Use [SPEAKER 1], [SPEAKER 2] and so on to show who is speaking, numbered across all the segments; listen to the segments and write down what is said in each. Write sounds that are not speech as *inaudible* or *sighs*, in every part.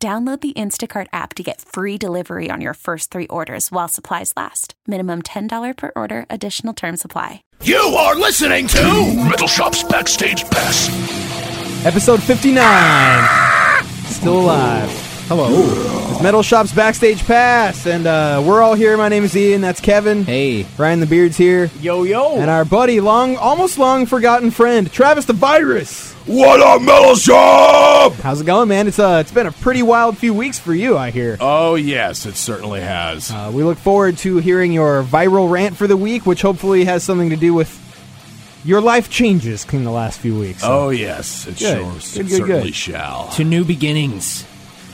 [SPEAKER 1] Download the Instacart app to get free delivery on your first three orders while supplies last. Minimum $10 per order, additional term supply.
[SPEAKER 2] You are listening to Metal Shop's Backstage Pass.
[SPEAKER 3] Episode 59. Still alive. Hello. It's Metal Shop's Backstage Pass, and uh, we're all here. My name is Ian. That's Kevin.
[SPEAKER 4] Hey.
[SPEAKER 3] Ryan the Beard's here.
[SPEAKER 4] Yo, yo.
[SPEAKER 3] And our buddy, long, almost long forgotten friend, Travis the Virus.
[SPEAKER 2] What up, Metal Shop?
[SPEAKER 3] How's it going, man? It's uh, it's been a pretty wild few weeks for you, I hear.
[SPEAKER 5] Oh, yes, it certainly has.
[SPEAKER 3] Uh, we look forward to hearing your viral rant for the week, which hopefully has something to do with your life changes in the last few weeks.
[SPEAKER 5] oh, yes, it,
[SPEAKER 3] Good.
[SPEAKER 5] sure,
[SPEAKER 3] Good,
[SPEAKER 5] it
[SPEAKER 3] good,
[SPEAKER 5] certainly
[SPEAKER 3] good.
[SPEAKER 5] shall.
[SPEAKER 4] To new beginnings.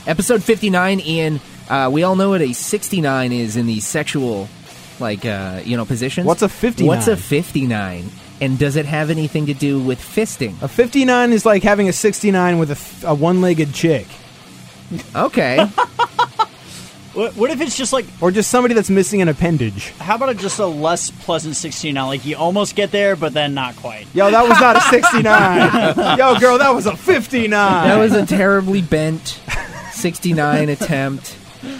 [SPEAKER 4] Episode 59, Ian. Uh, we all know what a 69 is in the sexual, like, uh, you know, positions.
[SPEAKER 3] What's a 59?
[SPEAKER 4] What's a 59? And does it have anything to do with fisting?
[SPEAKER 3] A 59 is like having a 69 with a, th- a one legged chick. *laughs*
[SPEAKER 4] Okay.
[SPEAKER 6] What, what if it's just like,
[SPEAKER 3] Or just somebody that's missing an appendage.
[SPEAKER 6] how about a, just a less pleasant 69? Like, you almost get there, but then not quite.
[SPEAKER 3] Yo, that was not a 69. Yo, girl, that was a 59.
[SPEAKER 4] that was a terribly bent 69 attempt.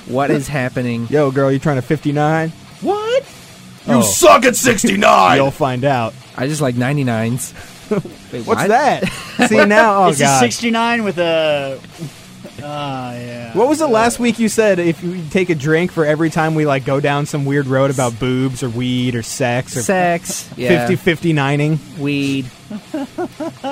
[SPEAKER 4] What is happening?
[SPEAKER 3] Yo, girl, you trying to 59?
[SPEAKER 4] What?
[SPEAKER 5] You suck at 69!
[SPEAKER 3] You'll find out.
[SPEAKER 4] I just like 99s. Wait,
[SPEAKER 3] What's
[SPEAKER 4] what?
[SPEAKER 6] *laughs*
[SPEAKER 3] that? See now? Oh,
[SPEAKER 6] it's a
[SPEAKER 3] God.
[SPEAKER 6] 69 with uh, a. Ah, yeah.
[SPEAKER 3] What was it last week you said if you take a drink for every time we, like, go down some weird road about boobs or weed or sex or
[SPEAKER 4] Sex. Yeah.
[SPEAKER 3] 50 59ing?
[SPEAKER 4] Weed. Yeah.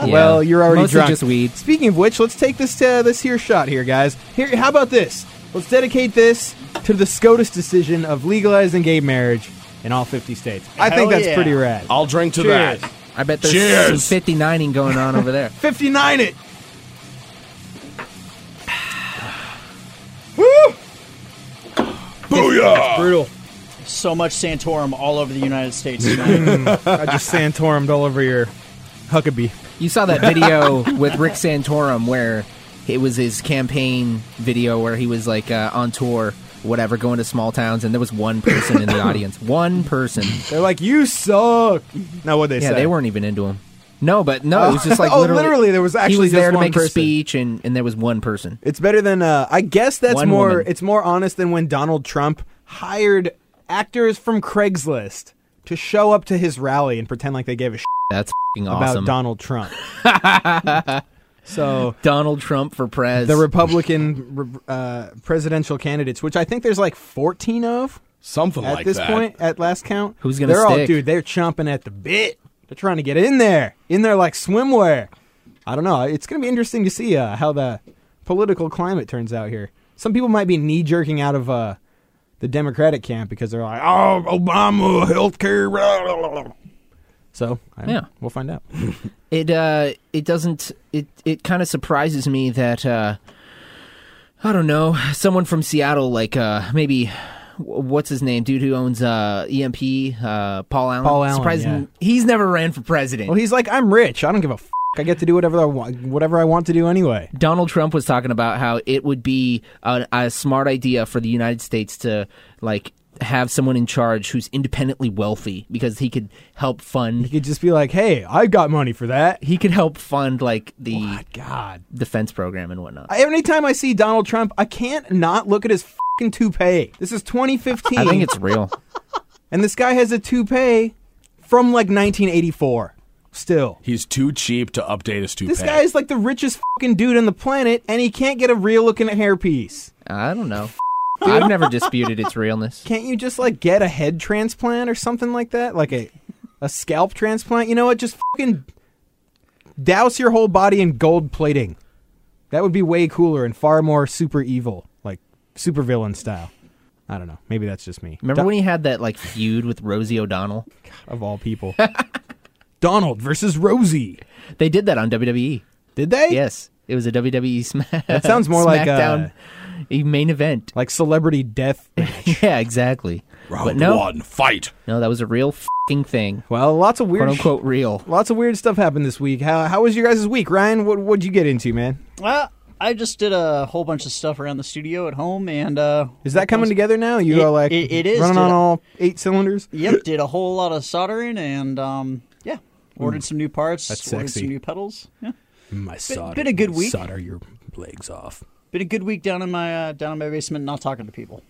[SPEAKER 3] Well, you're already
[SPEAKER 4] Mostly
[SPEAKER 3] drunk.
[SPEAKER 4] just weed.
[SPEAKER 3] Speaking of which, let's take this uh, this here shot here, guys. Here, how about this? Let's dedicate this to the SCOTUS decision of legalizing gay marriage in all 50 states. I think
[SPEAKER 6] Hell
[SPEAKER 3] that's
[SPEAKER 6] yeah.
[SPEAKER 3] pretty rad.
[SPEAKER 5] I'll drink to
[SPEAKER 3] Cheers.
[SPEAKER 5] that.
[SPEAKER 4] I bet there's
[SPEAKER 5] Cheers.
[SPEAKER 4] some 59ing going on over there.
[SPEAKER 3] 59 it.
[SPEAKER 5] Booyah!
[SPEAKER 3] Brutal.
[SPEAKER 6] So much Santorum all over the United
[SPEAKER 3] *laughs*
[SPEAKER 6] States tonight.
[SPEAKER 3] I just santorumed all over your Huckabee.
[SPEAKER 4] You saw that video *laughs* with Rick Santorum where it was his campaign video where he was like uh, on tour, whatever, going to small towns, and there was one
[SPEAKER 3] *laughs*
[SPEAKER 4] person in the audience. One person.
[SPEAKER 3] They're like, you suck. Now what they
[SPEAKER 4] Yeah,
[SPEAKER 3] say?
[SPEAKER 4] they weren't even into him. No, but no, it was
[SPEAKER 3] *laughs*
[SPEAKER 4] just like
[SPEAKER 3] Oh,
[SPEAKER 4] literally,
[SPEAKER 3] literally, there was
[SPEAKER 4] he
[SPEAKER 3] actually
[SPEAKER 4] was
[SPEAKER 3] just
[SPEAKER 4] there to
[SPEAKER 3] one
[SPEAKER 4] make
[SPEAKER 3] person.
[SPEAKER 4] a speech, and, and there was one person.
[SPEAKER 3] It's better than uh, I guess that's
[SPEAKER 4] One
[SPEAKER 3] more.
[SPEAKER 4] woman.
[SPEAKER 3] It's more honest than when Donald Trump hired actors from Craigslist to show up to his rally and pretend like they gave a shit
[SPEAKER 4] That's fing
[SPEAKER 3] about
[SPEAKER 4] awesome.
[SPEAKER 3] Donald
[SPEAKER 4] *laughs*
[SPEAKER 3] Trump. so
[SPEAKER 4] Donald Trump for prez.
[SPEAKER 3] the Republican re- uh, presidential candidates, which I think there's like 14 of
[SPEAKER 5] Something
[SPEAKER 3] at
[SPEAKER 5] like
[SPEAKER 3] this
[SPEAKER 5] that.
[SPEAKER 3] point, at last count.
[SPEAKER 4] Who's gonna
[SPEAKER 3] They're all
[SPEAKER 4] stick?
[SPEAKER 3] dude. They're chomping at the bit. They're trying to get in there, in there like swimwear. I don't know. It's gonna be interesting to see uh, how the political climate turns out here. Some people might be knee jerking out of uh, the Democratic camp because they're like, "Oh, Obama healthcare." Blah, blah, blah, blah." So I
[SPEAKER 4] Yeah.
[SPEAKER 3] we'll find out.
[SPEAKER 4] It uh, it doesn't. It it kind of surprises me that uh, I don't know someone from Seattle, like uh, maybe wh- what's his name, dude who owns uh, EMP, uh, Paul Allen.
[SPEAKER 3] Paul Allen,
[SPEAKER 4] Surprised
[SPEAKER 3] yeah.
[SPEAKER 4] me- he's never ran for president.
[SPEAKER 3] Well, he's like, "I'm rich. I don't give a f- I get to do whatever I want, whatever I want to do anyway."
[SPEAKER 4] Donald Trump was talking about how it would be a, a smart idea for the United States to like have someone in charge who's independently wealthy because he could help
[SPEAKER 3] You
[SPEAKER 4] fund.
[SPEAKER 3] could just be like, "Hey, I got money for that."
[SPEAKER 4] He could help fund like the
[SPEAKER 3] God.
[SPEAKER 4] defense program and whatnot.
[SPEAKER 3] I- Every time I see Donald Trump, I can't not look at his fucking toupee. This is 2015,
[SPEAKER 4] I think it's *laughs* real.
[SPEAKER 3] and this guy has a toupee from like 1984. Still,
[SPEAKER 5] He's too cheap to update his toupee.
[SPEAKER 3] this guy is like the richest fucking dude on the planet, and he can't get a real looking hairpiece.
[SPEAKER 4] I
[SPEAKER 3] *laughs*
[SPEAKER 4] don't know. I've never disputed its realness.
[SPEAKER 3] Can't you just like get a head transplant or something like that, like a a scalp transplant? You know what? Just fucking douse your whole body in gold plating. That would be way cooler and far more super evil, like super villain style. I don't know. Maybe that's just me.
[SPEAKER 4] Remember
[SPEAKER 3] Do-
[SPEAKER 4] when he had that like feud with Rosie O'Donnell?
[SPEAKER 3] of all
[SPEAKER 4] *laughs*
[SPEAKER 3] people. Donald versus Rosie.
[SPEAKER 4] They did that on WWE.
[SPEAKER 3] Did they?
[SPEAKER 4] Yes. It was a *laughs* WWE Smack.
[SPEAKER 3] That sounds more like, uh,
[SPEAKER 4] SmackDown a main event.
[SPEAKER 3] *laughs* Like celebrity
[SPEAKER 4] *laughs*
[SPEAKER 3] death.
[SPEAKER 4] yeah, exactly.
[SPEAKER 5] Round
[SPEAKER 4] but no,
[SPEAKER 5] one, fight.
[SPEAKER 4] no, that was a real fucking thing,
[SPEAKER 3] well, lots of weird
[SPEAKER 4] quote
[SPEAKER 3] sh-
[SPEAKER 4] unquote real.
[SPEAKER 3] Lots of weird stuff happened this week. How how was your guys' week, Ryan? What what'd you get into, man?
[SPEAKER 6] Well, I just did a whole bunch of stuff around the studio at home, and uh,
[SPEAKER 3] Is that coming together now? You
[SPEAKER 6] It-
[SPEAKER 3] are like
[SPEAKER 6] it- it is,
[SPEAKER 3] running on
[SPEAKER 6] dude.
[SPEAKER 3] all eight cylinders.
[SPEAKER 6] Yep, did a whole lot of soldering, and um, yeah, ordered some new parts.
[SPEAKER 3] Hmm. that's
[SPEAKER 6] ordered
[SPEAKER 3] sexy.
[SPEAKER 6] some new pedals. Yeah,
[SPEAKER 5] My solder.
[SPEAKER 6] been a good week.
[SPEAKER 5] Solder your legs off.
[SPEAKER 6] been a good week down in my uh, down in my basement, not talking to people.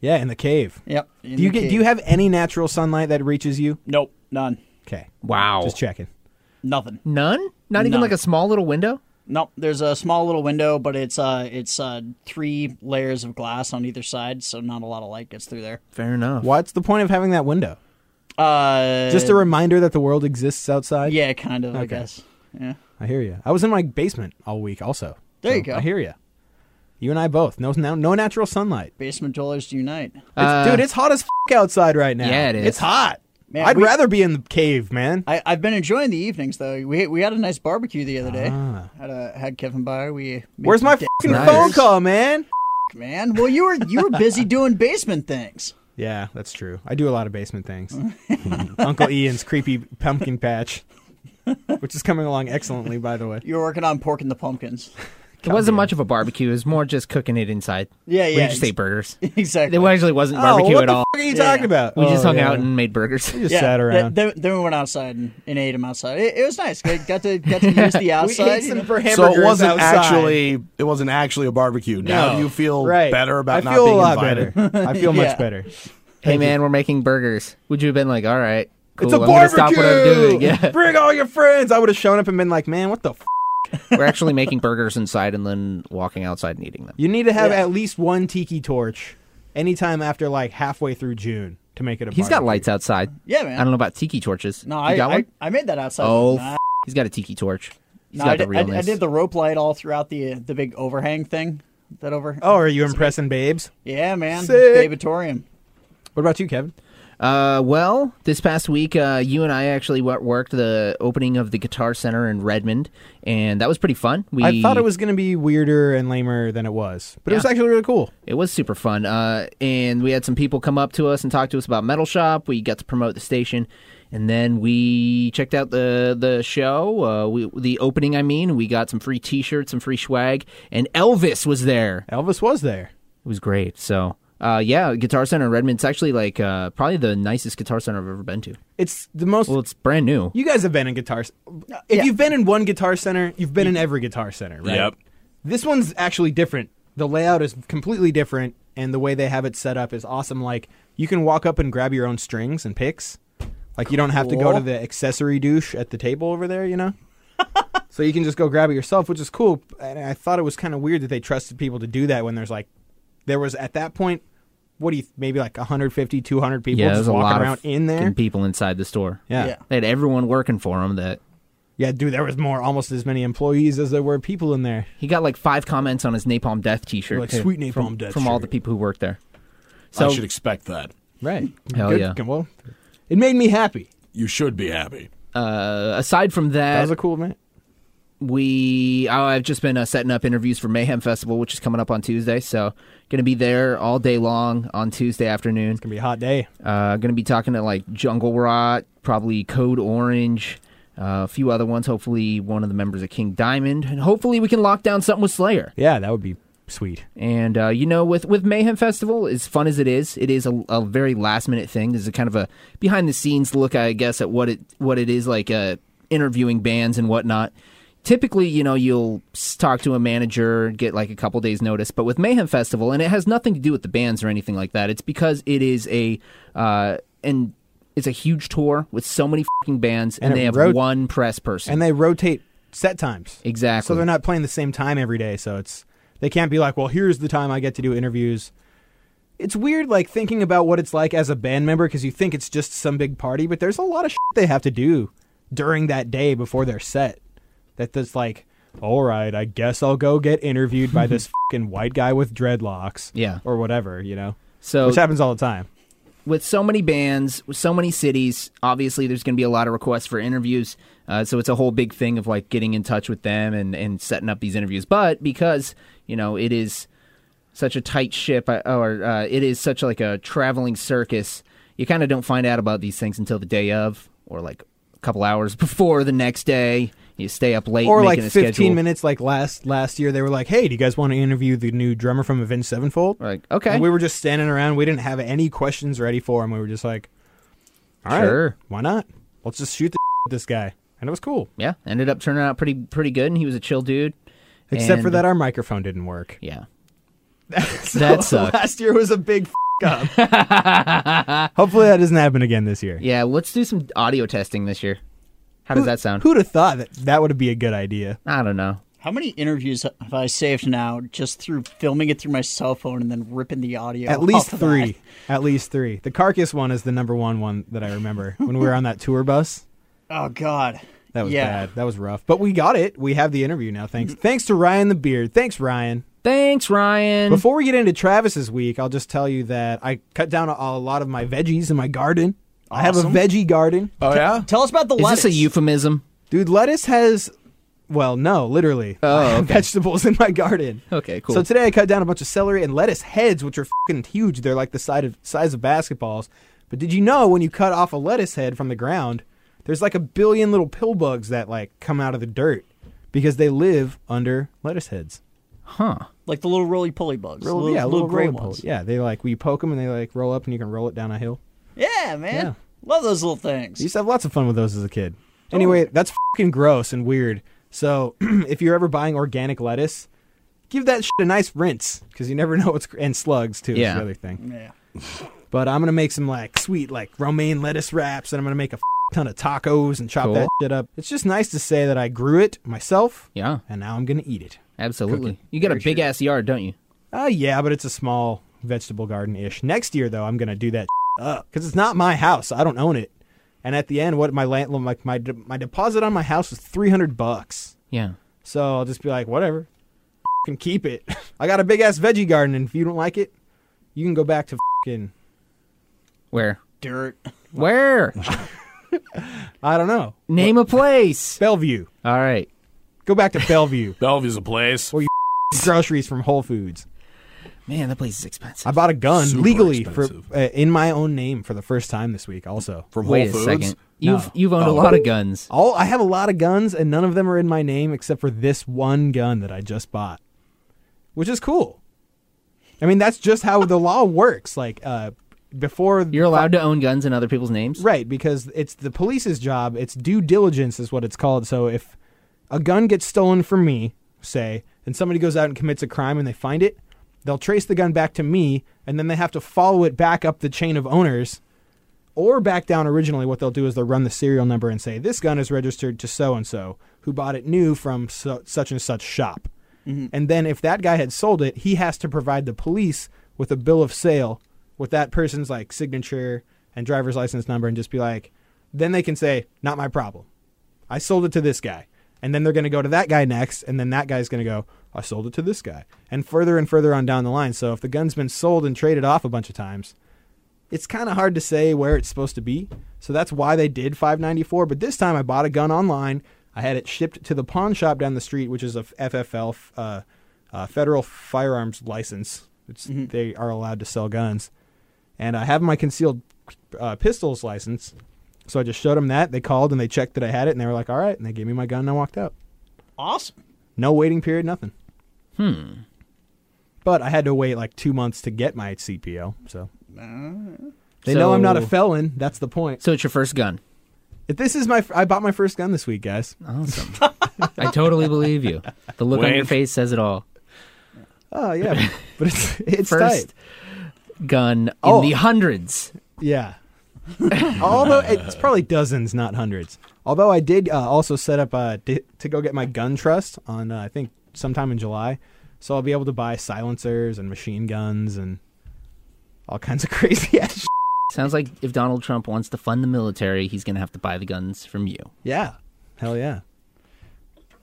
[SPEAKER 3] Yeah, in the cave.
[SPEAKER 6] Yep. in
[SPEAKER 3] Do you
[SPEAKER 6] the
[SPEAKER 3] get?
[SPEAKER 6] cave.
[SPEAKER 3] Do you have any natural sunlight that reaches you?
[SPEAKER 6] Nope, none,
[SPEAKER 3] Okay,
[SPEAKER 4] Wow.
[SPEAKER 3] just checking.
[SPEAKER 6] nothing.
[SPEAKER 4] None? Not even
[SPEAKER 6] None.
[SPEAKER 4] like a small little window?
[SPEAKER 6] Nope. There's a small little window, but it's uh it's uh three layers of glass on either side, so not a lot of light gets through there.
[SPEAKER 4] Fair enough.
[SPEAKER 3] What's the point of having that window?
[SPEAKER 6] Uh,
[SPEAKER 3] Just a reminder that the world exists outside.
[SPEAKER 6] yeah, kind of. I
[SPEAKER 3] Okay.
[SPEAKER 6] guess. Yeah.
[SPEAKER 3] I hear you. I was in my basement all week, also.
[SPEAKER 6] There you
[SPEAKER 3] So,
[SPEAKER 6] go.
[SPEAKER 3] I hear you. You and I both. No, no, no natural sunlight.
[SPEAKER 6] Basement dwellers unite.
[SPEAKER 3] It's,
[SPEAKER 4] Uh,
[SPEAKER 3] dude, it's hot as f- outside right now.
[SPEAKER 4] Yeah, it is.
[SPEAKER 3] It's hot.
[SPEAKER 6] Man,
[SPEAKER 3] I'd
[SPEAKER 6] we-
[SPEAKER 3] rather be in the cave, man.
[SPEAKER 6] I, I've been enjoying the evenings though. We we had a nice barbecue the other day. Had a, had Kevin by. We made
[SPEAKER 3] Ah. Where's
[SPEAKER 6] some
[SPEAKER 3] my
[SPEAKER 6] dick,
[SPEAKER 3] fucking
[SPEAKER 4] nice.
[SPEAKER 3] phone call, man?
[SPEAKER 6] man. Well, you were you were busy doing basement things.
[SPEAKER 3] Yeah, that's true. I do a lot of basement things. *laughs* Uncle Ian's creepy pumpkin patch, which is coming along excellently, by the way.
[SPEAKER 6] You were working on pork and the pumpkins. *laughs*
[SPEAKER 4] it wasn't much of a barbecue. It was more just cooking it inside.
[SPEAKER 6] Yeah,
[SPEAKER 4] We
[SPEAKER 6] yeah,
[SPEAKER 4] just ate burgers.
[SPEAKER 6] Exactly.
[SPEAKER 4] It actually wasn't barbecue
[SPEAKER 3] *laughs* oh, what
[SPEAKER 4] at
[SPEAKER 3] the
[SPEAKER 4] all.
[SPEAKER 3] fuck are you talking about?
[SPEAKER 4] we just
[SPEAKER 3] Oh,
[SPEAKER 4] hung
[SPEAKER 3] yeah.
[SPEAKER 4] out and made burgers. *laughs*
[SPEAKER 3] We just
[SPEAKER 6] Yeah,
[SPEAKER 3] sat
[SPEAKER 6] th-
[SPEAKER 3] around.
[SPEAKER 6] Then, then we went outside and, and ate them outside. It, it was nice. Got got to got
[SPEAKER 3] *laughs*
[SPEAKER 6] to use the
[SPEAKER 3] we
[SPEAKER 6] outside.
[SPEAKER 3] ate
[SPEAKER 6] you
[SPEAKER 3] some
[SPEAKER 6] know?
[SPEAKER 3] hamburgers
[SPEAKER 5] So it wasn't
[SPEAKER 3] outside.
[SPEAKER 5] actually it wasn't actually a barbecue. Now
[SPEAKER 6] No.
[SPEAKER 5] do you feel
[SPEAKER 3] right.
[SPEAKER 5] better about
[SPEAKER 3] I
[SPEAKER 5] not
[SPEAKER 3] feel
[SPEAKER 5] being
[SPEAKER 3] a lot
[SPEAKER 5] invited? *laughs*
[SPEAKER 3] better. *laughs* I feel
[SPEAKER 6] Yeah.
[SPEAKER 3] much better.
[SPEAKER 4] hey, man, we're making burgers. Would you have been like, all right, cool,
[SPEAKER 3] It's a
[SPEAKER 4] I'm gonna
[SPEAKER 3] barbecue.
[SPEAKER 4] stop what I'm doing. Yeah.
[SPEAKER 3] *laughs* Bring all your friends. I would have shown up and been like, man, what the. F-?
[SPEAKER 4] we're actually making burgers inside and then walking outside and eating them.
[SPEAKER 3] You need to have
[SPEAKER 6] Yeah.
[SPEAKER 3] at least one tiki torch anytime after like halfway through June to make it a.
[SPEAKER 4] He's got
[SPEAKER 3] barbecue.
[SPEAKER 4] lights outside.
[SPEAKER 6] Yeah,
[SPEAKER 4] I
[SPEAKER 6] man.
[SPEAKER 4] don't know about tiki torches.
[SPEAKER 6] No,
[SPEAKER 4] you
[SPEAKER 6] I,
[SPEAKER 4] got
[SPEAKER 6] I
[SPEAKER 4] one?
[SPEAKER 6] I made that outside.
[SPEAKER 4] Oh,
[SPEAKER 6] Nah,
[SPEAKER 4] f- he's got a tiki torch. He's
[SPEAKER 6] nah,
[SPEAKER 4] got
[SPEAKER 6] I,
[SPEAKER 4] the
[SPEAKER 6] did, I, did- I
[SPEAKER 4] realness.
[SPEAKER 6] did the rope light all throughout the the big overhang thing. That over.
[SPEAKER 3] Oh, are you impressing babes?
[SPEAKER 6] yeah, man.
[SPEAKER 3] Sick.
[SPEAKER 6] Babatorium.
[SPEAKER 3] What about you, Kevin?
[SPEAKER 4] Uh, well, this past week, uh, you and I actually w- worked the opening of the Guitar Center in Redmond, and that was pretty fun. We
[SPEAKER 3] I thought it was going to be weirder and lamer than it was, but it was actually really cool.
[SPEAKER 4] it was super fun. Uh, and we had some people come up to us and talk to us about Metal Shop. We got to promote the station, and then we checked out the the show, uh, we, the opening. I mean, we got some free T-shirts, some free swag, and Elvis was there.
[SPEAKER 3] Elvis was there.
[SPEAKER 4] It was great. So. Uh, yeah, Guitar Center in Redmond's actually like uh, probably the nicest Guitar Center I've ever been to.
[SPEAKER 3] It's the most.
[SPEAKER 4] Well, it's brand new.
[SPEAKER 3] you guys have been in guitar. If you've been in one guitar center, you've been in every guitar center, right?
[SPEAKER 5] Yep.
[SPEAKER 3] This one's actually different. The layout is completely different, and the way they have it set up is awesome. Like you can walk up and grab your own strings and picks. Like you don't have to go to
[SPEAKER 6] Cool.
[SPEAKER 3] the accessory douche at the table over there, you know. *laughs* so you can just go grab it yourself, which is cool. And I thought it was kind of weird that they trusted people to do that when there's like, there was at that point, what do you maybe like 150, 200 people
[SPEAKER 4] Yeah,
[SPEAKER 3] just
[SPEAKER 4] there's a lot
[SPEAKER 3] walking around
[SPEAKER 4] of
[SPEAKER 3] in there.
[SPEAKER 4] fucking people inside the store.
[SPEAKER 3] yeah.
[SPEAKER 6] Yeah.
[SPEAKER 4] they had everyone working for him. That
[SPEAKER 3] Yeah, dude, there was more, almost as many employees as there were people in there.
[SPEAKER 4] he got like five comments on his Napalm Death T-shirt,
[SPEAKER 3] Like,
[SPEAKER 4] too,
[SPEAKER 3] "Sweet Napalm
[SPEAKER 4] from,
[SPEAKER 3] Death
[SPEAKER 4] from all the
[SPEAKER 3] shirt."
[SPEAKER 4] people who worked there.
[SPEAKER 5] I
[SPEAKER 4] So
[SPEAKER 5] should expect that.
[SPEAKER 3] Right.
[SPEAKER 4] Hell
[SPEAKER 3] Good.
[SPEAKER 4] yeah.
[SPEAKER 3] Well, it made me happy.
[SPEAKER 5] You should be happy.
[SPEAKER 4] uh, aside from
[SPEAKER 3] That
[SPEAKER 4] that,
[SPEAKER 3] was a cool man.
[SPEAKER 4] we oh, I've just been uh, setting up interviews for Mayhem Festival, which is coming up on Tuesday. So gonna be there all day long on Tuesday afternoon.
[SPEAKER 3] Gonna be a hot day.
[SPEAKER 4] Uh, gonna be talking to like Jungle Rot, probably Code Orange. Uh, a few other ones. Hopefully, one of the members of King Diamond, and hopefully, we can lock down something with Slayer.
[SPEAKER 3] Yeah, that would be sweet.
[SPEAKER 4] And uh, you know, with with Mayhem Festival, as fun as it is, it is a, a very last minute thing. This is a kind of a behind the scenes look, I guess, at what it what it is like uh, interviewing bands and whatnot. Typically, you know, you'll s- talk to a manager, get like a couple days notice. But with Mayhem Festival, and it has nothing to do with the bands or anything like that. It's because it is a uh, and it's a huge tour with so many fucking bands,
[SPEAKER 3] And
[SPEAKER 4] and,
[SPEAKER 3] it
[SPEAKER 4] they have
[SPEAKER 3] rot-
[SPEAKER 4] one press person.
[SPEAKER 3] And they rotate set times.
[SPEAKER 4] exactly.
[SPEAKER 3] So they're not playing the same time every day. So it's they can't be like, well, here's the time I get to do interviews. It's weird, like thinking about what it's like as a band member because you think it's just some big party, but there's a lot of shit they have to do during that day before their set. That that's like, all right, I guess I'll go get interviewed
[SPEAKER 4] *laughs*
[SPEAKER 3] by this fucking white guy with dreadlocks,
[SPEAKER 4] Yeah.
[SPEAKER 3] or whatever, you know,
[SPEAKER 4] so
[SPEAKER 3] which happens all the time.
[SPEAKER 4] with so many bands, with so many cities, obviously there's going to be a lot of requests for interviews. Uh, so it's a whole big thing of like getting in touch with them and, and setting up these interviews. But because you know it is such a tight ship, I- or uh, it is such like a traveling circus, you kind of don't find out about these things until the day of, or like a couple hours *laughs* before the next day. You stay up late,
[SPEAKER 3] or
[SPEAKER 4] making
[SPEAKER 3] like
[SPEAKER 4] a
[SPEAKER 3] 15
[SPEAKER 4] schedule.
[SPEAKER 3] minutes like last last year they were like hey do you guys want to interview the new drummer from avenged sevenfold
[SPEAKER 4] Like okay,
[SPEAKER 3] and we were just standing around we didn't have any questions ready for him we were just like all right
[SPEAKER 4] Sure.
[SPEAKER 3] why not let's just shoot the *laughs* with this guy and it was cool
[SPEAKER 4] yeah, ended up turning out pretty pretty good, and he was a chill dude.
[SPEAKER 3] except for
[SPEAKER 4] And-
[SPEAKER 3] that our microphone didn't work *laughs*
[SPEAKER 4] yeah. that
[SPEAKER 3] *laughs*
[SPEAKER 4] sucked.
[SPEAKER 3] last year was a big up hopefully that doesn't happen again this year
[SPEAKER 4] Yeah, let's do some audio testing this year. How does that sound?
[SPEAKER 3] who'd have thought that that would be a good idea
[SPEAKER 4] I don't know.
[SPEAKER 6] How many interviews have I saved now just through filming it through my cell phone and then ripping the audio?
[SPEAKER 3] At least
[SPEAKER 6] off of
[SPEAKER 3] three.
[SPEAKER 6] that?
[SPEAKER 3] At least three. The carcass one is the number one one that I remember when we were on that tour bus.
[SPEAKER 6] Oh God,
[SPEAKER 3] That was
[SPEAKER 6] yeah.
[SPEAKER 3] bad. That was rough. But we got it. We have the interview now. Thanks. Thanks to Ryan the Beard. Thanks, Ryan.
[SPEAKER 4] Thanks, Ryan.
[SPEAKER 3] Before we get into Travis's week, I'll just tell you that I cut down a, a lot of my veggies in my garden. I have a
[SPEAKER 6] Awesome.
[SPEAKER 3] veggie garden.
[SPEAKER 4] Uh,
[SPEAKER 5] Oh yeah.
[SPEAKER 6] Tell us about the
[SPEAKER 4] Is
[SPEAKER 6] lettuce.
[SPEAKER 4] this a euphemism?
[SPEAKER 3] Dude, lettuce has well, no, literally. *laughs*
[SPEAKER 4] Oh,
[SPEAKER 3] I have
[SPEAKER 4] okay.
[SPEAKER 3] vegetables in my garden.
[SPEAKER 4] Okay, cool.
[SPEAKER 3] So today I cut down a bunch of celery and lettuce heads, which are fucking huge. They're like the size of size of basketballs. But did you know when you cut off a lettuce head from the ground, there's like a billion little pill bugs that like come out of the dirt because they live under lettuce heads.
[SPEAKER 4] huh.
[SPEAKER 6] like the little roly poly bugs.
[SPEAKER 3] Roll-
[SPEAKER 6] little,
[SPEAKER 3] yeah,
[SPEAKER 6] little, gray
[SPEAKER 3] rolling
[SPEAKER 6] ones.
[SPEAKER 3] pills. Yeah, they like we poke them and they like roll up and you can roll it down a hill.
[SPEAKER 6] Yeah, man.
[SPEAKER 3] Yeah.
[SPEAKER 6] Love those little things.
[SPEAKER 3] I used to have lots of fun with those as a kid.
[SPEAKER 6] Oh.
[SPEAKER 3] Anyway, that's fucking gross and weird. So *clears throat* if you're ever buying organic lettuce, give that shit a nice rinse because you never *laughs* know what's gr- and slugs too. Is
[SPEAKER 4] Yeah.
[SPEAKER 3] the other thing.
[SPEAKER 6] yeah.
[SPEAKER 3] *laughs* But I'm gonna make some like sweet like romaine lettuce wraps, and I'm gonna make a ton of tacos and chop
[SPEAKER 4] Cool.
[SPEAKER 3] that shit up. It's just nice to say that I grew it myself,
[SPEAKER 4] Yeah,
[SPEAKER 3] and now I'm gonna eat it.
[SPEAKER 4] absolutely. You got a big ass yard, don't you?
[SPEAKER 3] Uh, yeah, but it's a small vegetable garden ish. Next year, though, I'm gonna do that up because it's not my house. I don't own it. And at the end, what my land, like my de- my deposit on my house was three hundred bucks.
[SPEAKER 4] Yeah.
[SPEAKER 3] So I'll just be like, whatever, *laughs* can keep it. *laughs* I got a big ass veggie garden, and if you don't like it, you can go back to fucking
[SPEAKER 4] Where?
[SPEAKER 6] Dirt.
[SPEAKER 4] Where?
[SPEAKER 3] I don't know
[SPEAKER 4] Name a place.
[SPEAKER 3] Bellevue.
[SPEAKER 4] All right.
[SPEAKER 3] Go back to Bellevue. *laughs*
[SPEAKER 5] Bellevue's a place.
[SPEAKER 3] groceries from Whole Foods.
[SPEAKER 4] Man, that place is expensive.
[SPEAKER 3] I bought a gun
[SPEAKER 5] Super
[SPEAKER 3] legally
[SPEAKER 5] expensive.
[SPEAKER 3] for uh, in my own name for the first time this week. Also,
[SPEAKER 5] From
[SPEAKER 4] Wait
[SPEAKER 5] Whole
[SPEAKER 4] a
[SPEAKER 5] Foods.
[SPEAKER 4] second. You've you've owned
[SPEAKER 5] Oh.
[SPEAKER 4] a lot of guns.
[SPEAKER 3] All I have a lot of guns, and none of them are in my name except for this one gun that I just bought, which is cool. I mean, that's just how the law works. Like uh, before,
[SPEAKER 4] You're allowed to own guns in other people's names.
[SPEAKER 3] right? Because it's the police's job. It's due diligence, is what it's called. So if a gun gets stolen from me, say, and somebody goes out and commits a crime and they find it, they'll trace the gun back to me, and then they have to follow it back up the chain of owners or back down originally, what they'll do is they'll run the serial number and say, this gun is registered to so and so, who bought it new from so, such and such shop. And then if that guy had sold it, he has to provide the police with a bill of sale with that person's like signature and driver's license number and just be like, then they can say, not my problem. I sold it to this guy. And then they're going to go to that guy next. And then that guy's going to go, I sold it to this guy. And further and further on down the line. So if the gun's been sold and traded off a bunch of times, it's kind of hard to say where it's supposed to be. So that's why they did 594. But this time I bought a gun online. I had it shipped to the pawn shop down the street, which is a f- FFL, uh, uh, federal firearms license. It's, They are allowed to sell guns. And I have my concealed uh, pistols license. So I just showed them that. They called and they checked that I had it, and they were like, all right. And they gave me my gun and I walked out.
[SPEAKER 6] Awesome.
[SPEAKER 3] No waiting period, nothing. Hmm. But I had to wait like two months to get my CPO. So they know I'm not a
[SPEAKER 4] So-
[SPEAKER 3] felon. That's the point.
[SPEAKER 4] So it's your first gun.
[SPEAKER 3] If this is my, f- I bought my first gun this week, guys.
[SPEAKER 4] Awesome. I totally believe you. The look on your
[SPEAKER 5] Wayne.
[SPEAKER 4] face says it all.
[SPEAKER 3] Oh
[SPEAKER 4] *laughs*
[SPEAKER 3] yeah, but it's it's
[SPEAKER 4] First
[SPEAKER 3] tight.
[SPEAKER 4] gun in
[SPEAKER 3] Oh.
[SPEAKER 4] the hundreds. *laughs*
[SPEAKER 3] Yeah. Although it's probably dozens, not hundreds. Although I did uh, also set up uh, di- to go get my gun trust on uh, I think sometime in July, so I'll be able to buy silencers and machine guns and all kinds of *laughs* crazy ass shit.
[SPEAKER 4] Sounds like if Donald Trump wants to fund the military, he's going to have to buy the guns from you.
[SPEAKER 3] Yeah. Hell yeah.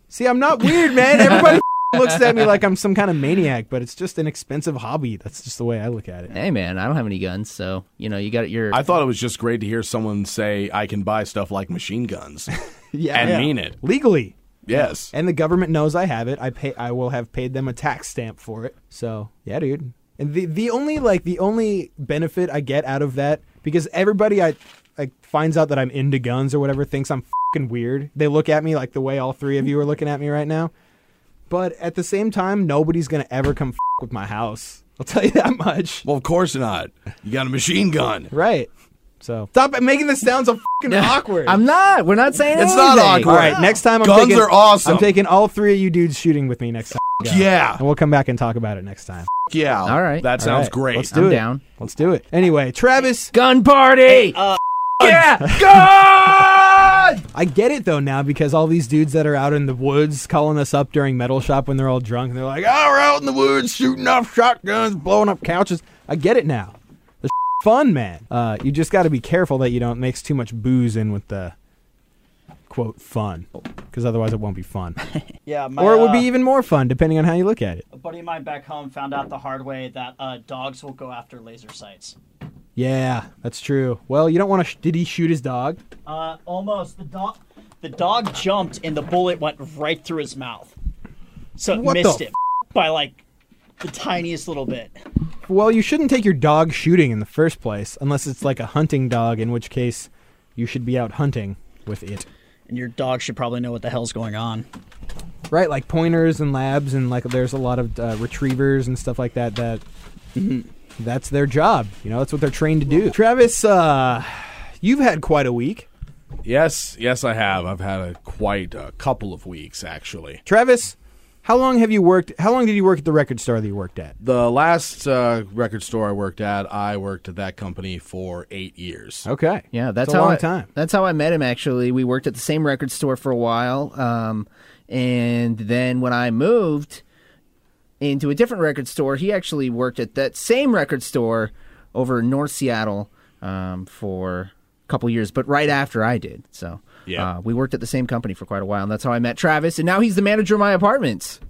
[SPEAKER 3] See, I'm not weird, man. Everybody *laughs* looks at me like I'm some kind of maniac, but it's just an expensive hobby. That's just the way I look at it.
[SPEAKER 4] Hey man, I don't have any guns, so you know you got your.
[SPEAKER 5] I thought it was just great to hear someone say, I can buy stuff like machine guns.
[SPEAKER 3] *laughs* Yeah.
[SPEAKER 5] And
[SPEAKER 3] Yeah.
[SPEAKER 5] mean it.
[SPEAKER 3] Legally.
[SPEAKER 5] Yes.
[SPEAKER 3] And the government knows I have it. I pay. I will have paid them a tax stamp for it. So yeah, dude. And the the only like the only benefit I get out of that because everybody I like finds out that I'm into guns or whatever thinks I'm fucking weird. They look at me like the way all three of you are looking at me right now. But at the same time, nobody's gonna ever come fuck with my house. I'll tell you *laughs* that much.
[SPEAKER 5] Well, of course not. You got a machine gun.
[SPEAKER 3] Right. So stop making this sound so fucking awkward.
[SPEAKER 4] I'm not. We're not saying
[SPEAKER 5] It's not
[SPEAKER 4] anything.
[SPEAKER 5] awkward.
[SPEAKER 3] All right, next time I'm
[SPEAKER 5] Guns
[SPEAKER 3] taking,
[SPEAKER 5] are awesome.
[SPEAKER 3] I'm taking all three of you dudes shooting with me next time.
[SPEAKER 5] Yeah.
[SPEAKER 3] And we'll come back and talk about it next time.
[SPEAKER 5] Yeah.
[SPEAKER 4] All right.
[SPEAKER 5] That
[SPEAKER 3] All
[SPEAKER 5] sounds
[SPEAKER 3] right,
[SPEAKER 5] great. *laughs*
[SPEAKER 3] Let's do
[SPEAKER 4] I'm
[SPEAKER 3] it.
[SPEAKER 4] down.
[SPEAKER 3] Let's do it. Anyway, Travis,
[SPEAKER 4] Gun party. yeah, gun.
[SPEAKER 3] I get it though now because all these dudes that are out in the woods calling us up during metal shop when they're all drunk and they're like, "Oh, we're out in the woods shooting off shotguns, blowing up couches." I get it now. The fun, man. Uh, you just got to be careful that you don't mix too much booze in with the quote fun, because otherwise it won't be fun,
[SPEAKER 6] Yeah, my,
[SPEAKER 3] or it would be
[SPEAKER 6] uh,
[SPEAKER 3] even more fun depending on how you look at it.
[SPEAKER 6] a buddy of mine back home found out the hard way that uh, dogs will go after laser sights.
[SPEAKER 3] Yeah, that's true. Well, you don't want to. Sh- did he shoot his dog?
[SPEAKER 6] Uh, almost the dog. The dog jumped and the bullet went right through his mouth, so it
[SPEAKER 3] What the
[SPEAKER 6] missed it by like the tiniest little bit.
[SPEAKER 3] Well, you shouldn't take your dog shooting in the first place, unless it's like a hunting dog, in which case you should be out hunting with it.
[SPEAKER 6] And your dog should probably know what the hell's going on.
[SPEAKER 3] Right, like pointers and labs, and like there's a lot of uh, retrievers and stuff like that. That that's their job. You know, that's what they're trained to do. Travis, uh, you've had quite a week.
[SPEAKER 5] Yes. Yes, I have. I've had a quite a couple of weeks, actually.
[SPEAKER 3] Travis, how long have you worked? How long did you work at the record store that you worked at?
[SPEAKER 5] The last uh, record store I worked at, I worked at that company for eight years.
[SPEAKER 3] Okay,
[SPEAKER 4] Yeah, that's
[SPEAKER 3] It's a
[SPEAKER 4] how
[SPEAKER 3] long
[SPEAKER 4] I, *laughs*
[SPEAKER 3] time.
[SPEAKER 4] That's how I met him. Actually, we worked at the same record store for a while, um, and then when I moved into a different record store, he actually worked at that same record store over in North Seattle um, for a couple years, but right after I did. So
[SPEAKER 5] Yeah.
[SPEAKER 4] uh, we worked at the same company for quite a while, and that's how I met Travis. And now he's the manager of my apartments.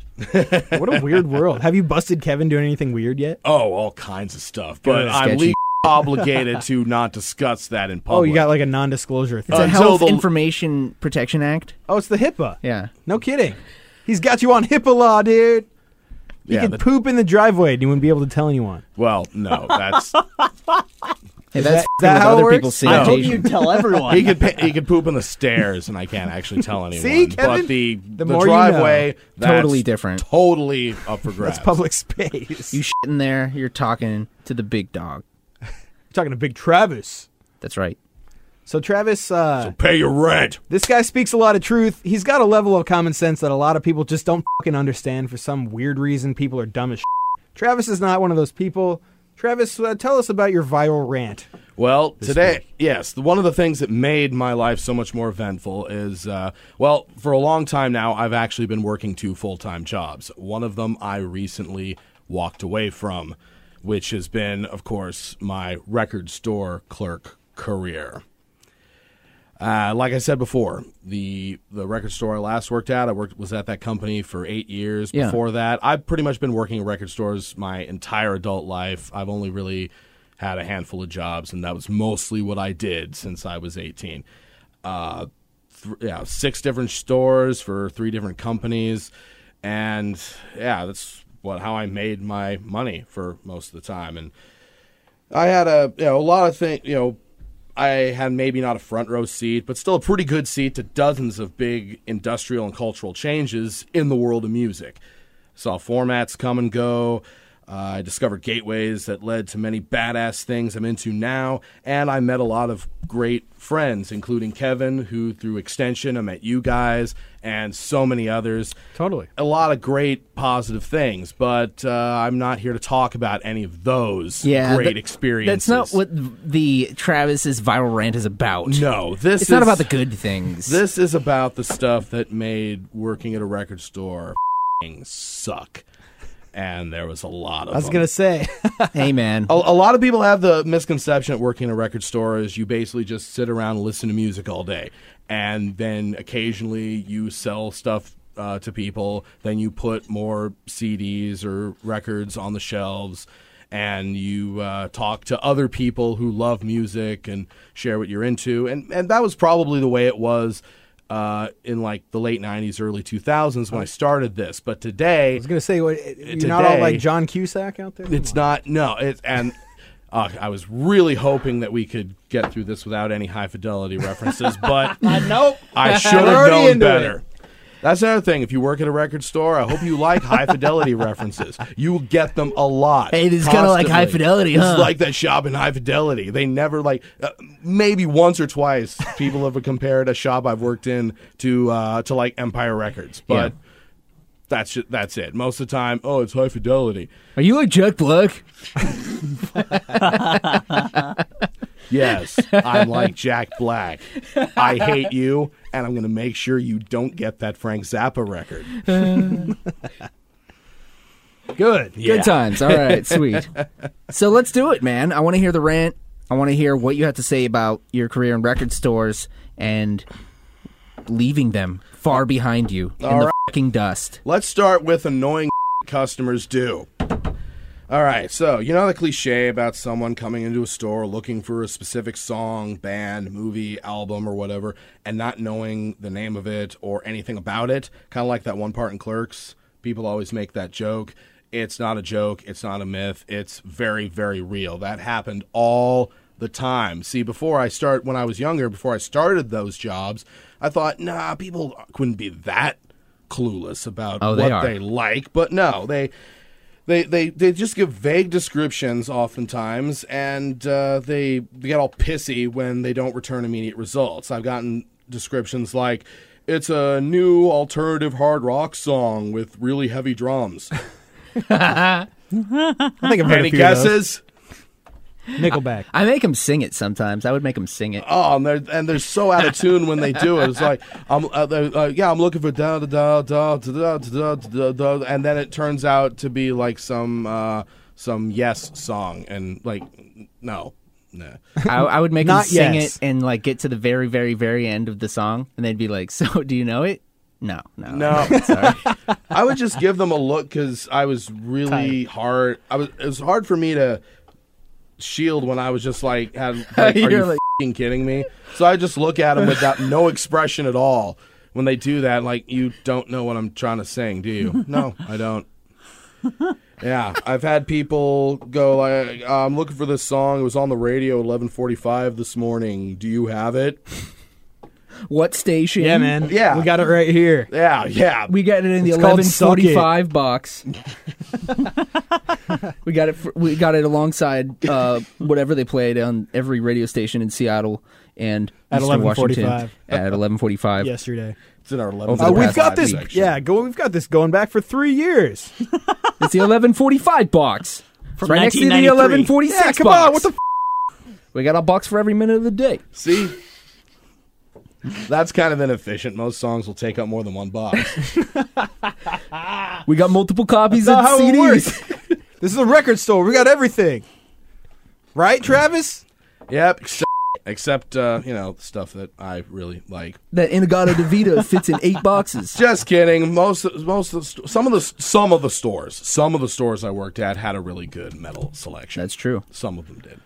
[SPEAKER 3] What a weird world. Have you busted Kevin doing anything weird yet?
[SPEAKER 5] Oh, all kinds of stuff. But
[SPEAKER 4] Good.
[SPEAKER 5] I'm
[SPEAKER 4] Sketchy.
[SPEAKER 5] legally obligated to not discuss that in public.
[SPEAKER 3] Oh, you got like a non-disclosure thing.
[SPEAKER 4] It's a
[SPEAKER 5] Until
[SPEAKER 4] Health
[SPEAKER 5] the-
[SPEAKER 4] Information Protection Act.
[SPEAKER 3] Oh, it's the HIPAA.
[SPEAKER 4] Yeah.
[SPEAKER 3] No kidding. He's got you on HIPAA law, dude. You
[SPEAKER 5] Yeah,
[SPEAKER 3] can
[SPEAKER 5] that-
[SPEAKER 3] poop in the driveway and you wouldn't be able to tell anyone.
[SPEAKER 5] Well, no,
[SPEAKER 3] *laughs*
[SPEAKER 5] that's
[SPEAKER 4] Hey, that's
[SPEAKER 3] that
[SPEAKER 4] what
[SPEAKER 3] how it
[SPEAKER 4] other
[SPEAKER 3] works?
[SPEAKER 4] people see.
[SPEAKER 3] I
[SPEAKER 6] I
[SPEAKER 3] hope
[SPEAKER 6] hope
[SPEAKER 4] occasionally.
[SPEAKER 6] you tell
[SPEAKER 5] *laughs*
[SPEAKER 6] everyone.
[SPEAKER 5] he could pa- he could poop on the stairs, and I can't actually tell anyone.
[SPEAKER 3] *laughs* See, Kevin?
[SPEAKER 5] but the
[SPEAKER 3] The
[SPEAKER 5] the,
[SPEAKER 3] more you know.
[SPEAKER 5] driveway that's
[SPEAKER 4] Totally different.
[SPEAKER 5] totally up for grabs.
[SPEAKER 3] That's public *laughs* space.
[SPEAKER 4] You shitting there. You're talking to the big dog.
[SPEAKER 3] You're talking to Big Travis.
[SPEAKER 4] That's right.
[SPEAKER 3] So Travis, uh,
[SPEAKER 5] Pay your rent.
[SPEAKER 3] this guy speaks a lot of truth. He's got a level of common sense that a lot of people just don't fucking understand for some weird reason. People are dumb as shit. Travis is not one of those people. Travis, uh, tell us about your viral rant.
[SPEAKER 5] Well, today, yes, the- one of the things that made my life so much more eventful is, uh, well, for a long time now, I've actually been working two full time jobs. One of them I recently walked away from, which has been, of course, my record store clerk career. Uh, like I said before, the the record store I last worked at, I worked was at that company for eight years.
[SPEAKER 4] Yeah.
[SPEAKER 5] Before that, I've pretty much been working in record stores my entire adult life. I've only really had a handful of jobs, and that was mostly what I did since I was eighteen. Uh, th- yeah, six different stores for three different companies, and yeah, that's what how I made my money for most of the time. And I had a you know a lot of things you know I had maybe not a front row seat but still a pretty good seat to dozens of big industrial and cultural changes in the world of music. Saw formats come and go. Uh, I discovered gateways that led to many badass things I'm into now, and I met a lot of great friends, including Kevin, who through extension I met you guys and so many others
[SPEAKER 3] Totally.
[SPEAKER 5] a lot of great positive things, but uh, I'm not here to talk about any of those great
[SPEAKER 4] that-
[SPEAKER 5] experiences.
[SPEAKER 4] That's not what the Travis's viral rant is about.
[SPEAKER 5] No, this
[SPEAKER 4] it's not
[SPEAKER 5] is-
[SPEAKER 4] about the good things.
[SPEAKER 5] This is about the stuff that made working at a record store f***ing suck, and there was a lot of.
[SPEAKER 3] I was
[SPEAKER 5] them.
[SPEAKER 3] gonna say, *laughs*
[SPEAKER 4] hey man,
[SPEAKER 5] A, a lot of people have the misconception at working in a record store is you basically just sit around and listen to music all day, and then occasionally you sell stuff uh, to people, then you put more CDs or records on the shelves, and you uh, talk to other people who love music and share what you're into, and and that was probably the way it was. Uh, in like the late '90s, early 2000s, when I started this, but today
[SPEAKER 3] I was gonna say, what, you're not all
[SPEAKER 5] today-
[SPEAKER 3] like John Cusack out there.
[SPEAKER 5] it's not. No. It and uh, I was really hoping that we could get through this without any high fidelity references,
[SPEAKER 3] *laughs*
[SPEAKER 5] but
[SPEAKER 6] nope.
[SPEAKER 5] I should have
[SPEAKER 3] Uh, already
[SPEAKER 5] known
[SPEAKER 3] into
[SPEAKER 5] better. That's another thing. If you work at a record store, I hope you like high
[SPEAKER 3] *laughs*
[SPEAKER 5] fidelity references. You will get them a lot.
[SPEAKER 4] Hey, this is kinda like
[SPEAKER 5] constantly.
[SPEAKER 4] High Fidelity,
[SPEAKER 5] It's
[SPEAKER 4] huh?
[SPEAKER 5] like that shop in high fidelity. They never like uh, maybe once or twice people have compared a shop I've worked in to uh, to like Empire Records, but that's ju- that's it. Most of the time, oh, it's high fidelity.
[SPEAKER 4] Are you like Jack Black?
[SPEAKER 5] Yes, I'm like Jack Black. I hate you, and I'm going to make sure you don't get that Frank Zappa record.
[SPEAKER 3] Good.
[SPEAKER 4] Good times.
[SPEAKER 5] *laughs*
[SPEAKER 4] All right, sweet. So let's do it, man. I want to hear the rant. I want to hear what you have to say about your career in record stores and leaving them far behind you in the fucking dust.
[SPEAKER 5] Let's start with annoying *laughs* customers do. All right, so you know the cliche about someone coming into a store looking for a specific song, band, movie, album, or whatever, and not knowing the name of it or anything about it? Kind of like that one part in Clerks. People always make that joke. It's not a joke, it's not a myth, it's very, very real. That happened all the time. See, before I start, when I was younger, before I started those jobs, I thought, nah, people couldn't be that clueless about
[SPEAKER 4] Oh,
[SPEAKER 5] what
[SPEAKER 4] they are.
[SPEAKER 5] they like, but no, they they they they just give vague descriptions oftentimes, and uh, they get all pissy when they don't return immediate results. I've gotten descriptions like. It's a new alternative hard rock song with really heavy
[SPEAKER 3] *laughs*
[SPEAKER 5] drums.
[SPEAKER 3] I think I've heard
[SPEAKER 5] Any
[SPEAKER 3] a few of those.
[SPEAKER 5] guesses?
[SPEAKER 3] Nickelback.
[SPEAKER 4] I make them sing it sometimes. I would make them sing it.
[SPEAKER 5] Oh, and they're and they're so out of tune when they do it. It's like I'm uh, they're, uh, yeah, I'm looking for da da da da da da da da da, da, and then it turns out to be like some uh, some yes song, and like no, nah.
[SPEAKER 4] I, I would make them
[SPEAKER 3] Not
[SPEAKER 4] sing
[SPEAKER 3] yes.
[SPEAKER 4] it and like get to the very, very, very end of the song, and they'd be like, *laughs* "So, do you know it?" No, no, *laughs*
[SPEAKER 5] No.
[SPEAKER 4] Sorry.
[SPEAKER 5] I would just give them a look because I was really hard. I was it was hard for me to shield when I was just like,
[SPEAKER 4] *laughs*
[SPEAKER 5] had, like, are
[SPEAKER 4] You're
[SPEAKER 5] you
[SPEAKER 4] like-
[SPEAKER 5] fing kidding me? So I just look at them without no expression at all when they do that. Like you don't know what I'm trying to sing, do you? no, I don't. Yeah, I've had people go like, uh, "I'm looking for this song. It was on the radio at 11:45 this morning. Do you have it?"
[SPEAKER 4] what station?
[SPEAKER 3] Yeah, man.
[SPEAKER 5] Yeah.
[SPEAKER 3] we got it right here.
[SPEAKER 5] Yeah, yeah.
[SPEAKER 4] We got it in the
[SPEAKER 3] It's called
[SPEAKER 4] eleven
[SPEAKER 3] Suck It.
[SPEAKER 4] forty-five
[SPEAKER 3] *laughs*
[SPEAKER 4] box. *laughs* we got it. For, we got it alongside uh, whatever they played on every radio station in Seattle and
[SPEAKER 3] At
[SPEAKER 4] Eastern Washington
[SPEAKER 3] 11:45.
[SPEAKER 4] at eleven forty-five.
[SPEAKER 3] Yesterday.
[SPEAKER 5] it's in our
[SPEAKER 4] Over
[SPEAKER 5] 11.
[SPEAKER 4] the
[SPEAKER 3] Uh, we've
[SPEAKER 4] past
[SPEAKER 3] got
[SPEAKER 4] five
[SPEAKER 3] this.
[SPEAKER 4] weeks.
[SPEAKER 3] Yeah, go. We've got this going back for three years.
[SPEAKER 4] It's the eleven forty-five box. It's
[SPEAKER 6] From
[SPEAKER 4] right next to the
[SPEAKER 6] 1993.
[SPEAKER 4] eleven forty-six.
[SPEAKER 3] Yeah, come
[SPEAKER 4] box.
[SPEAKER 3] on. What the? F-
[SPEAKER 4] we got a box for every minute of the day.
[SPEAKER 5] See? That's kind of inefficient. Most songs will take up more than one box.
[SPEAKER 4] We got multiple copies
[SPEAKER 3] That's
[SPEAKER 4] of
[SPEAKER 3] not how it
[SPEAKER 4] CDs.
[SPEAKER 3] *laughs* this is a record store. We got everything. Right, Travis?
[SPEAKER 5] yep. Except, except uh, you know, stuff that I really like.
[SPEAKER 4] that Inagata DeVita fits in eight boxes.
[SPEAKER 5] Just kidding. Most most of the, st- some of the some of the stores, some of the stores I worked at had a really good metal selection.
[SPEAKER 4] *laughs* That's true.
[SPEAKER 5] some of them did.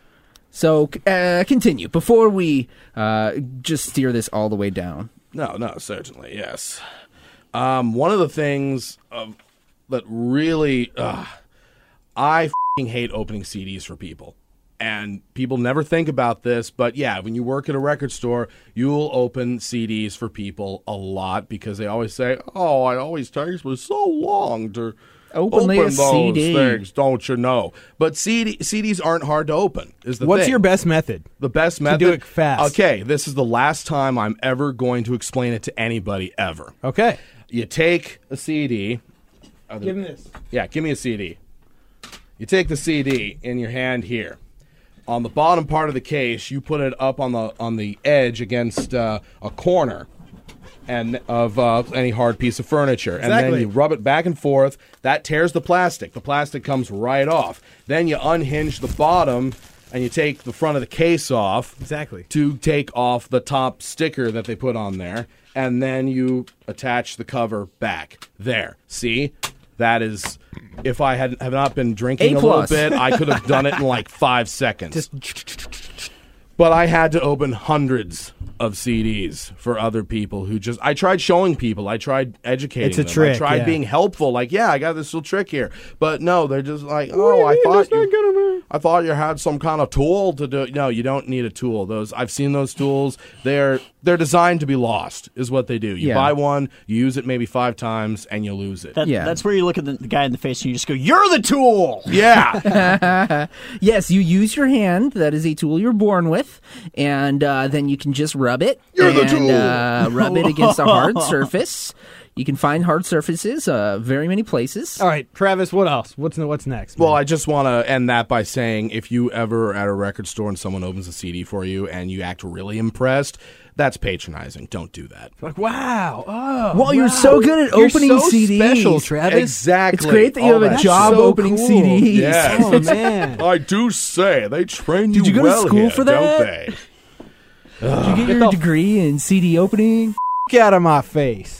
[SPEAKER 4] So uh, continue before we uh, just steer this all the way down.
[SPEAKER 5] No, no, certainly, yes. Um, one of the things of, that really, uh, I fing hate opening CDs for people. And people never think about this, but yeah, when you work at a record store, you'll open CDs for people a lot because they always say, "Oh, it always takes me so long to
[SPEAKER 4] Open the
[SPEAKER 5] those
[SPEAKER 4] CD."
[SPEAKER 5] things, don't you know?" But CD, CDs aren't hard to open. Is the
[SPEAKER 3] What's
[SPEAKER 5] thing.
[SPEAKER 3] your best method?
[SPEAKER 5] The best method.
[SPEAKER 3] do it fast.
[SPEAKER 5] Okay, this is the last time I'm ever going to explain it to anybody ever.
[SPEAKER 3] Okay.
[SPEAKER 5] You take a CD.
[SPEAKER 3] Give him this.
[SPEAKER 5] Yeah, give me a CD. You take the CD in your hand here. On the bottom part of the case, you put it up on the on the edge against uh, a corner, and of uh, any hard piece of furniture, and then
[SPEAKER 3] Exactly.
[SPEAKER 5] you rub it back and forth. That tears the plastic. The plastic comes right off. Then you unhinge the bottom, and you take the front of the case off
[SPEAKER 3] Exactly.
[SPEAKER 5] to take off the top sticker that they put on there. and then you attach the cover back. There. See? That is if I had have not been drinking a,
[SPEAKER 4] A
[SPEAKER 5] little
[SPEAKER 4] plus.
[SPEAKER 5] bit, I could have done it in like 5 seconds. But I had to open hundreds of CDs for other people who just. I tried showing people. I tried educating.
[SPEAKER 3] It's a
[SPEAKER 5] them.
[SPEAKER 3] trick,
[SPEAKER 5] I tried
[SPEAKER 3] yeah.
[SPEAKER 5] being helpful. Like, yeah, I got this little trick here. But no, they're just like, oh, I thought you. I thought you had some kind of tool to do. No, you don't need a tool. Those I've seen those tools. They're they're designed to be lost. Is what they do. You
[SPEAKER 4] Yeah.
[SPEAKER 5] buy one, you use it maybe five times, and you lose it.
[SPEAKER 6] That,
[SPEAKER 4] Yeah.
[SPEAKER 6] That's where you look at the, the guy in the face and you just go, "You're the tool."
[SPEAKER 5] *laughs* yeah.
[SPEAKER 4] Yes, you use your hand. That is a tool you're born with, and uh, then you can just rub it. You're and, the tool. Uh, rub it against a *laughs* hard surface. You can find hard surfaces uh, very many places.
[SPEAKER 3] All right, Travis. What else? What's what's next?
[SPEAKER 5] Well, I just want to end that by saying if you ever are at a record store and someone opens a CD for you and you act really impressed, that's patronizing. Don't do that.
[SPEAKER 3] like wow. Oh,
[SPEAKER 4] Well, you're so good at
[SPEAKER 3] You're
[SPEAKER 4] opening
[SPEAKER 3] so
[SPEAKER 4] CDs.
[SPEAKER 3] special, Travis.
[SPEAKER 5] Exactly.
[SPEAKER 4] It's great that you
[SPEAKER 5] All
[SPEAKER 4] have a
[SPEAKER 5] that
[SPEAKER 4] job
[SPEAKER 5] shit.
[SPEAKER 3] so
[SPEAKER 4] opening
[SPEAKER 3] cool.
[SPEAKER 4] CDs.
[SPEAKER 5] Yeah.
[SPEAKER 3] Oh *laughs* man.
[SPEAKER 5] I do say they train
[SPEAKER 4] Did you go to
[SPEAKER 5] well
[SPEAKER 4] school
[SPEAKER 5] here,
[SPEAKER 4] for
[SPEAKER 5] Don't
[SPEAKER 4] that?
[SPEAKER 5] they?
[SPEAKER 4] Did you get, your degree in CD opening?
[SPEAKER 3] F- out of my face.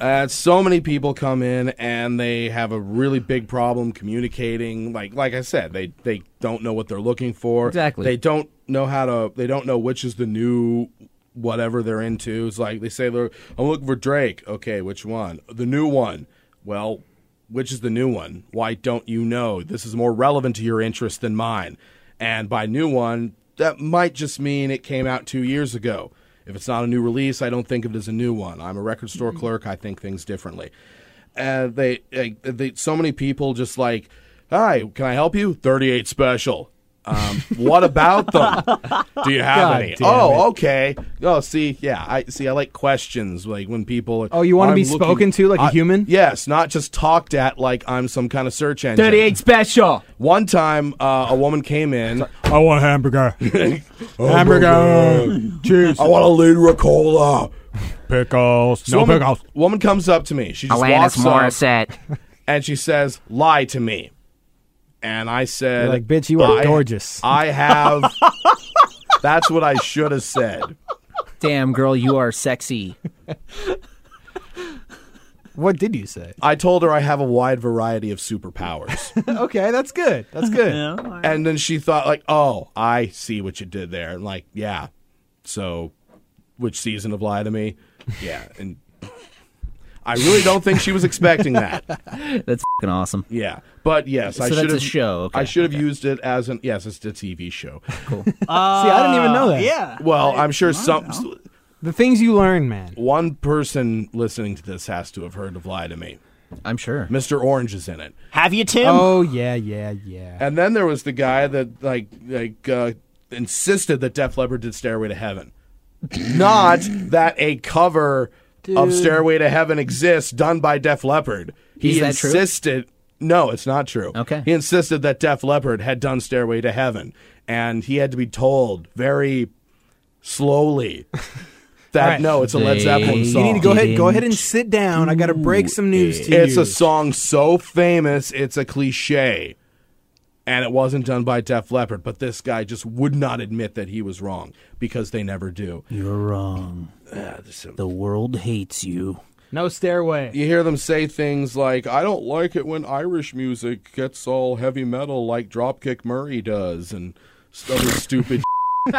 [SPEAKER 5] Uh, so many people come in and they have a really big problem communicating. Like like I said, they they don't know what they're looking for.
[SPEAKER 4] Exactly.
[SPEAKER 5] They don't know how to. They don't know which is the new whatever they're into. It's like they say they're I'm looking for Drake. Okay, which one? The new one. Well, which is the new one? Why don't you know? This is more relevant to your interest than mine. And by new one, that might just mean it came out two years ago. If it's not a new release, I don't think of it as a new one. I'm a record store clerk. I think things differently. Uh, they, like, they, so many people just like, hi, can I help you? 38 special. Um, what about them? Do you have
[SPEAKER 3] God
[SPEAKER 5] any?
[SPEAKER 3] damn
[SPEAKER 5] Oh,
[SPEAKER 3] it.
[SPEAKER 5] okay. Oh, see, yeah, I see. I like questions, like when people. Are,
[SPEAKER 3] Oh, you wanna
[SPEAKER 5] I'm
[SPEAKER 3] be
[SPEAKER 5] looking-
[SPEAKER 3] spoken to like a
[SPEAKER 5] I-
[SPEAKER 3] human?
[SPEAKER 5] Yes, not just talked at like I'm some kind of search engine.
[SPEAKER 4] special.
[SPEAKER 5] One time, uh, a woman came in.
[SPEAKER 3] I want a hamburger. hamburger. Cheese.
[SPEAKER 5] I want a liter of cola.
[SPEAKER 3] Pickles.
[SPEAKER 5] So woman, woman comes up to me. She just walks up and she says, "Lie to me." And I said,
[SPEAKER 3] You're like, "Bitch, you are
[SPEAKER 5] I-
[SPEAKER 3] gorgeous."
[SPEAKER 5] I
[SPEAKER 3] *laughs*
[SPEAKER 5] have. that's what I should have said.
[SPEAKER 4] Damn, girl, you are sexy.
[SPEAKER 3] What did you say?
[SPEAKER 5] I told her I have a wide variety of superpowers.
[SPEAKER 3] Okay, that's good. That's *laughs* good.
[SPEAKER 5] and then she thought like oh i see what you did there and like yeah so which season of lie to me yeah and i really don't think she was expecting that
[SPEAKER 4] That's fucking awesome.
[SPEAKER 5] yeah but yes i
[SPEAKER 4] So that's
[SPEAKER 5] should
[SPEAKER 4] a
[SPEAKER 5] have
[SPEAKER 4] show, okay,
[SPEAKER 5] i should have used it as an yes it's a tv show
[SPEAKER 3] See, I didn't even know that.
[SPEAKER 6] Yeah.
[SPEAKER 5] well i'm sure some
[SPEAKER 3] The things you learn, man.
[SPEAKER 5] one person listening to this has to have heard of lie to me
[SPEAKER 4] I'm sure.
[SPEAKER 5] mr orange is in it
[SPEAKER 6] Have you, Tim?
[SPEAKER 3] Oh yeah, yeah, yeah.
[SPEAKER 5] and then there was the guy that like like uh, insisted that Def Leppard did Stairway to Heaven, not that a cover of Stairway to Heaven exists done by Def Leppard. He
[SPEAKER 4] Is that true?
[SPEAKER 5] insisted. No, it's not true.
[SPEAKER 4] Okay.
[SPEAKER 5] He insisted that Def Leppard had done Stairway to Heaven, and he had to be told very
[SPEAKER 3] *laughs*
[SPEAKER 5] slowly that
[SPEAKER 3] Right.
[SPEAKER 5] no, it's a Led
[SPEAKER 4] They-
[SPEAKER 5] Zeppelin
[SPEAKER 4] You
[SPEAKER 5] song.
[SPEAKER 3] You need to go ahead. Go ahead and sit down. I got to break some news to you.
[SPEAKER 5] It's a song so famous, it's a cliche. And it wasn't done by Def Leppard, but this guy just would not admit that he was wrong because they never do.
[SPEAKER 4] You're wrong. The world hates you.
[SPEAKER 3] no stairway.
[SPEAKER 5] You hear them say things like, I don't like it when Irish music gets all heavy metal like Dropkick Murray does and other stupid
[SPEAKER 4] *laughs*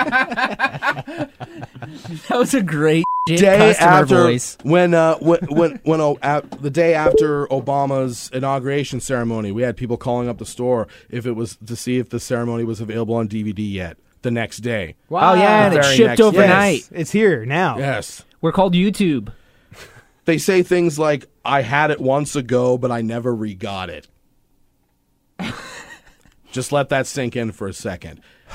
[SPEAKER 4] That was a *laughs* great
[SPEAKER 5] day
[SPEAKER 4] customer
[SPEAKER 5] after
[SPEAKER 4] voice.
[SPEAKER 5] when uh when when when oh, at the day after Obama's inauguration ceremony, we had people calling up the store if it was to see if the ceremony was available on DVD yet. The next day,
[SPEAKER 4] Oh yeah, and
[SPEAKER 5] The
[SPEAKER 4] it
[SPEAKER 5] very
[SPEAKER 4] shipped
[SPEAKER 5] next-
[SPEAKER 4] overnight.
[SPEAKER 3] Yes, it's here now.
[SPEAKER 5] yes,
[SPEAKER 4] We're called YouTube.
[SPEAKER 5] they say things like "I had it once ago, but I never re-got it." *laughs* Just let that sink in for a second. *sighs*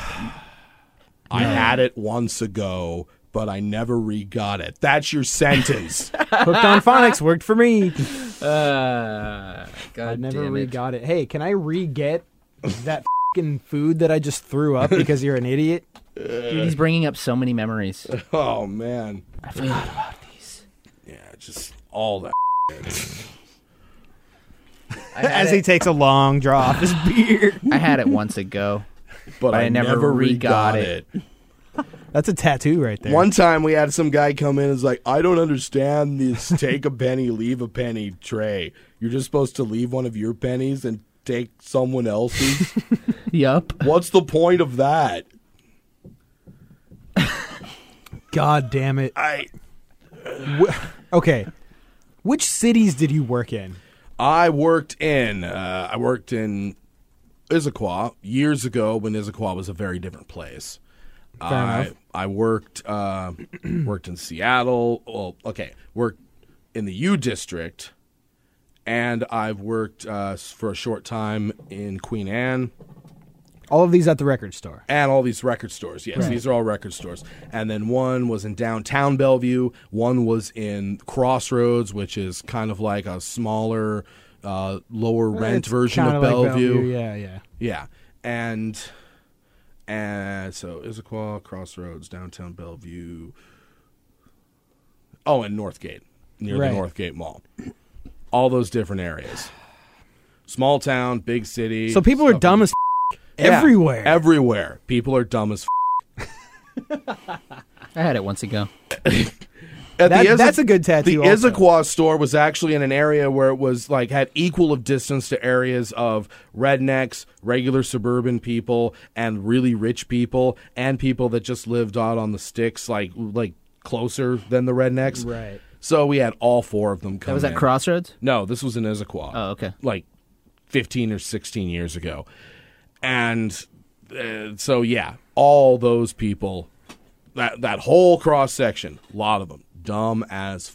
[SPEAKER 5] I had it once ago, but I never re-got it. That's your sentence.
[SPEAKER 3] Hooked on *laughs* phonics worked for me.
[SPEAKER 4] Uh, God
[SPEAKER 3] I never
[SPEAKER 4] damn
[SPEAKER 3] re
[SPEAKER 4] it.
[SPEAKER 3] got it. Hey, can I re get that fing food that I just threw *laughs* up because you're an idiot?
[SPEAKER 4] Dude, he's bringing up so many memories. *laughs*
[SPEAKER 5] oh man.
[SPEAKER 4] I forgot about these.
[SPEAKER 5] Yeah, just all that.
[SPEAKER 4] *laughs* I had,
[SPEAKER 3] As he
[SPEAKER 4] it,
[SPEAKER 3] takes a long *laughs* draw off his beer.
[SPEAKER 4] I had it once ago.
[SPEAKER 5] But
[SPEAKER 4] I never re-got
[SPEAKER 5] re-got it.
[SPEAKER 3] That's a tattoo right there.
[SPEAKER 5] One time we had some guy come in and was like, I don't understand
[SPEAKER 4] *laughs*
[SPEAKER 5] this take a penny, leave a penny tray. You're just supposed to leave one of your pennies and take someone
[SPEAKER 4] *laughs*
[SPEAKER 5] else's.
[SPEAKER 4] *laughs* Yup.
[SPEAKER 5] What's the point of that?
[SPEAKER 3] God damn it.
[SPEAKER 5] I
[SPEAKER 3] Okay. Which cities did you work in?
[SPEAKER 5] I worked in uh, I worked in Issaquah years ago when Issaquah was a very different place. I
[SPEAKER 3] enough.
[SPEAKER 5] I worked uh, *clears throat* worked in Seattle. Well, okay, worked in the U District, and I've worked uh, s- for a short time in Queen Anne
[SPEAKER 3] All of these at the record store.
[SPEAKER 5] and all these record stores. Yes, these are all record stores. And then one was in downtown Bellevue. One was in Crossroads, which is kind of like a smaller, uh, lower rent
[SPEAKER 3] It's
[SPEAKER 5] version
[SPEAKER 3] kinda
[SPEAKER 5] of
[SPEAKER 3] like
[SPEAKER 5] Bellevue.
[SPEAKER 3] Yeah, yeah.
[SPEAKER 5] Yeah, and and so Issaquah, Crossroads, downtown Bellevue. Oh, and Northgate near
[SPEAKER 3] Right.
[SPEAKER 5] the Northgate Mall. All those different areas. Small town, big city.
[SPEAKER 3] So people are
[SPEAKER 5] stuff-
[SPEAKER 3] dumb as f- everywhere.
[SPEAKER 5] Everywhere, people are dumb as. F-
[SPEAKER 4] I had it once ago.
[SPEAKER 5] At
[SPEAKER 3] That-
[SPEAKER 5] Issa-
[SPEAKER 3] that's a good tattoo
[SPEAKER 5] The
[SPEAKER 3] also.
[SPEAKER 5] Issaquah store was actually in an area where it was like had equal of distance to areas of rednecks, regular suburban people, and really rich people, and people that just lived out on the sticks, like like closer than the rednecks.
[SPEAKER 3] Right.
[SPEAKER 5] So we had all four of them come.
[SPEAKER 4] That was at
[SPEAKER 5] in.
[SPEAKER 4] Crossroads.
[SPEAKER 5] No, this was in Issaquah.
[SPEAKER 4] Oh, okay.
[SPEAKER 5] Like 15 or 16 years ago. And uh, so, yeah, all those people, that, that whole cross section, a lot of them, dumb as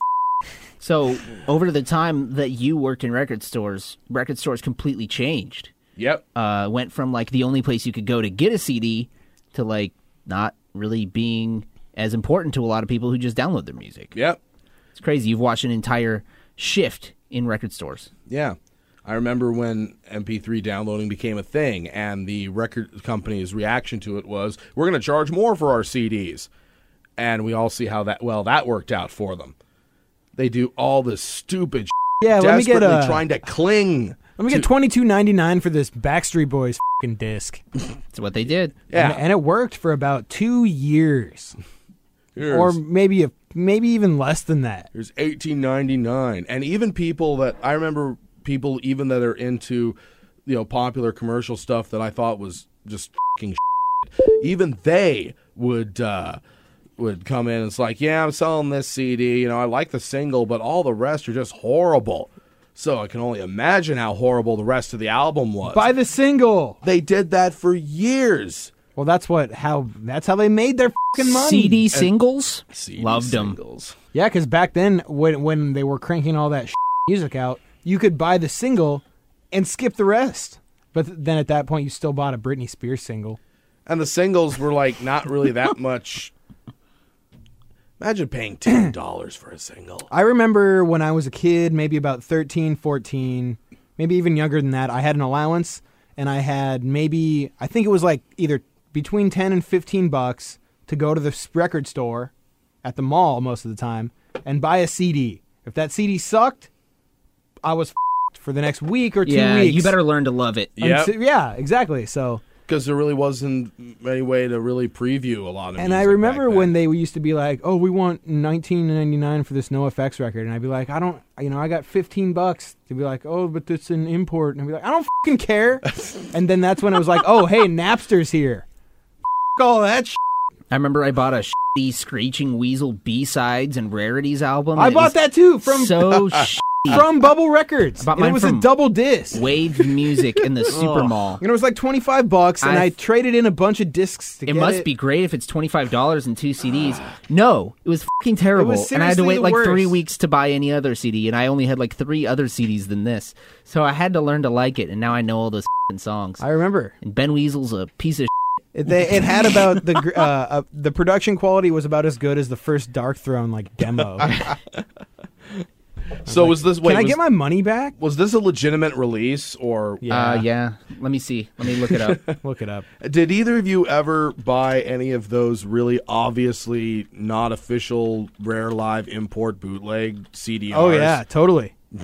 [SPEAKER 5] f-
[SPEAKER 4] So over the time that you worked in record stores, record stores completely changed.
[SPEAKER 5] Yep.
[SPEAKER 4] Uh, went from like the only place you could go to get a CD to like not really being as important to a lot of people who just download their music.
[SPEAKER 5] Yep.
[SPEAKER 4] It's crazy. You've watched an entire shift in record stores.
[SPEAKER 5] Yeah. I remember when MP3 downloading became a thing, and the record company's reaction to it was, we're going to charge more for our CDs. And we all see how that, well, that worked out for them. They do all this stupid
[SPEAKER 3] Yeah, let me
[SPEAKER 5] desperately
[SPEAKER 3] get uh, a
[SPEAKER 5] trying to cling.
[SPEAKER 3] Let me get twenty two ninety nine for this Backstreet Boys fucking disc.
[SPEAKER 4] It's what they did.
[SPEAKER 5] Yeah,
[SPEAKER 3] And, and it worked for about two years,
[SPEAKER 5] here's,
[SPEAKER 3] or maybe a, maybe even less than that.
[SPEAKER 5] here's 1899, and even people that I remember, people even that are into, you know, popular commercial stuff that I thought was just fucking shit, even they would uh, would come in. and It's like, yeah, I'm selling this CD. You know, I like the single, but all the rest are just horrible. So I can only imagine how horrible the rest of the album was.
[SPEAKER 3] Buy the single.
[SPEAKER 5] they did that for years.
[SPEAKER 3] Well, that's what how that's how they made their fucking money.
[SPEAKER 4] CD singles.
[SPEAKER 5] CD
[SPEAKER 4] Loved them.
[SPEAKER 5] singles.
[SPEAKER 3] Yeah, because back then when when they were cranking all that music out, you could buy the single and skip the rest. But th- then at that point, you still bought a Britney Spears single.
[SPEAKER 5] and the singles were like not really
[SPEAKER 3] *laughs*
[SPEAKER 5] that much. Imagine paying
[SPEAKER 3] *clears throat*
[SPEAKER 5] ten dollars for a single.
[SPEAKER 3] I remember when I was a kid, maybe about 13, 14, maybe even younger than that, I had an allowance and I had maybe, I think it was like either between 10 and 15 bucks to go to the s- record store at the mall most of the time and buy a CD. If that CD sucked, I was f***ed for the next week or two
[SPEAKER 4] yeah,
[SPEAKER 3] weeks.
[SPEAKER 4] you better learn to love it.
[SPEAKER 5] Yeah.
[SPEAKER 3] Until- yeah, exactly. So,
[SPEAKER 5] because there really wasn't any way to really preview a lot of.
[SPEAKER 3] and I remember when they used to be like, "Oh, we want 19.99 for this No Effects record," and I'd be like, "I don't, you know, I got 15 bucks." They'd be like, "Oh, but it's an import," and I'd be like, "I don't fucking *laughs* care." and then that's when it was like, "Oh, hey, Napster's here." F- all that. Sh-
[SPEAKER 4] I remember I bought a shitty Screeching Weasel B sides and rarities album.
[SPEAKER 3] I
[SPEAKER 4] It was
[SPEAKER 3] bought that too from *laughs*
[SPEAKER 4] so shitty.
[SPEAKER 3] from Bubble Records.
[SPEAKER 4] I bought
[SPEAKER 3] And it
[SPEAKER 4] mine
[SPEAKER 3] was a
[SPEAKER 4] from-
[SPEAKER 3] double disc.
[SPEAKER 4] Wave music in the super mall.
[SPEAKER 3] And it was like 25 bucks, and I,
[SPEAKER 4] I've-
[SPEAKER 3] traded in a bunch of discs to
[SPEAKER 4] It
[SPEAKER 3] get
[SPEAKER 4] must be great if it's twenty five dollars and two CDs. no, it was fucking terrible, and I had
[SPEAKER 3] seriously
[SPEAKER 4] to wait
[SPEAKER 3] the
[SPEAKER 4] like three
[SPEAKER 3] worst.
[SPEAKER 4] weeks to buy any other CD, and I only had like three other CDs than this, so I had to learn to like it, and now I know all those fucking songs.
[SPEAKER 3] I remember.
[SPEAKER 4] and Ben Weasel's a piece of.
[SPEAKER 3] It, they, it had about the gr- *laughs* uh, uh, the production quality was about as good as the first Dark Throne like
[SPEAKER 4] *laughs*
[SPEAKER 3] demo. Can
[SPEAKER 5] So was this? Wait,
[SPEAKER 3] I
[SPEAKER 5] was,
[SPEAKER 3] get my money back?
[SPEAKER 5] was this a legitimate release or?
[SPEAKER 4] Yeah. Uh, yeah. Let me see. Let me look it up.
[SPEAKER 3] Look it up.
[SPEAKER 5] Did either of you ever buy any of those really obviously not official rare live import bootleg CDRs?
[SPEAKER 3] Oh yeah, totally. *laughs*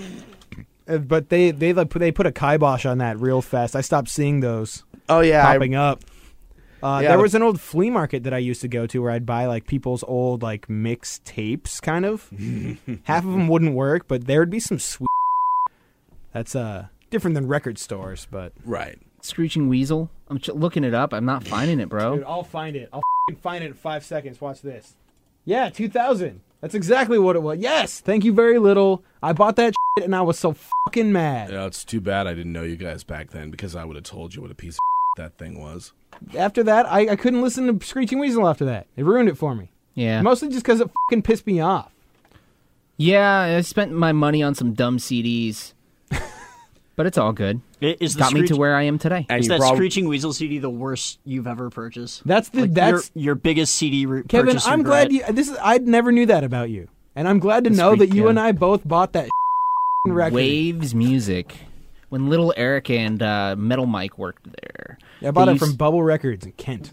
[SPEAKER 3] Uh, but they they like put- they put a kibosh on that real fast. I stopped seeing those
[SPEAKER 5] Oh yeah. I-
[SPEAKER 3] popping up. Uh,
[SPEAKER 5] Yeah,
[SPEAKER 3] there
[SPEAKER 5] the-
[SPEAKER 3] was an old flea market that I used to go to where I'd buy like people's old like mix tapes,
[SPEAKER 5] *laughs*
[SPEAKER 3] kind of. Half of them wouldn't work, but there would be some sweet. *laughs* That's uh different than record stores, but
[SPEAKER 5] Right.
[SPEAKER 4] Screeching Weasel. I'm ch- looking it up. I'm not finding it, bro.
[SPEAKER 3] I'll find it. I'll find it in five seconds. Watch this. Yeah, two thousand. That's exactly what it was. Yes, thank you very little. I bought that shit and I was so fucking mad.
[SPEAKER 5] Yeah, it's too bad I didn't know you guys back then because I would have told you what a piece of *laughs* that thing was.
[SPEAKER 3] After that, I, I couldn't listen to Screeching Weasel. After that, it ruined it for me.
[SPEAKER 4] Yeah.
[SPEAKER 3] Mostly just because it fucking pissed me off.
[SPEAKER 4] Yeah, I spent my money on some dumb CDs. but it's all good.
[SPEAKER 6] I- Is the
[SPEAKER 4] Got me
[SPEAKER 6] screech-
[SPEAKER 4] to where I am today.
[SPEAKER 5] And
[SPEAKER 6] is
[SPEAKER 5] you
[SPEAKER 6] that
[SPEAKER 5] prob-
[SPEAKER 6] Screeching Weasel CD the worst you've ever purchased?
[SPEAKER 3] That's the
[SPEAKER 6] Like,
[SPEAKER 3] that's
[SPEAKER 6] your, your biggest CD re-
[SPEAKER 3] Kevin.
[SPEAKER 6] purchase
[SPEAKER 3] I'm
[SPEAKER 6] regret?
[SPEAKER 3] glad you. This is I never knew that about you, and I'm glad to
[SPEAKER 4] That's
[SPEAKER 3] know that
[SPEAKER 4] pretty
[SPEAKER 3] you
[SPEAKER 4] good.
[SPEAKER 3] and I both bought that *laughs* fucking record.
[SPEAKER 4] Waves Music. When little Eric and uh, Metal Mike worked there.
[SPEAKER 3] I bought
[SPEAKER 4] they
[SPEAKER 3] it from
[SPEAKER 4] used-
[SPEAKER 3] Bubble Records in Kent.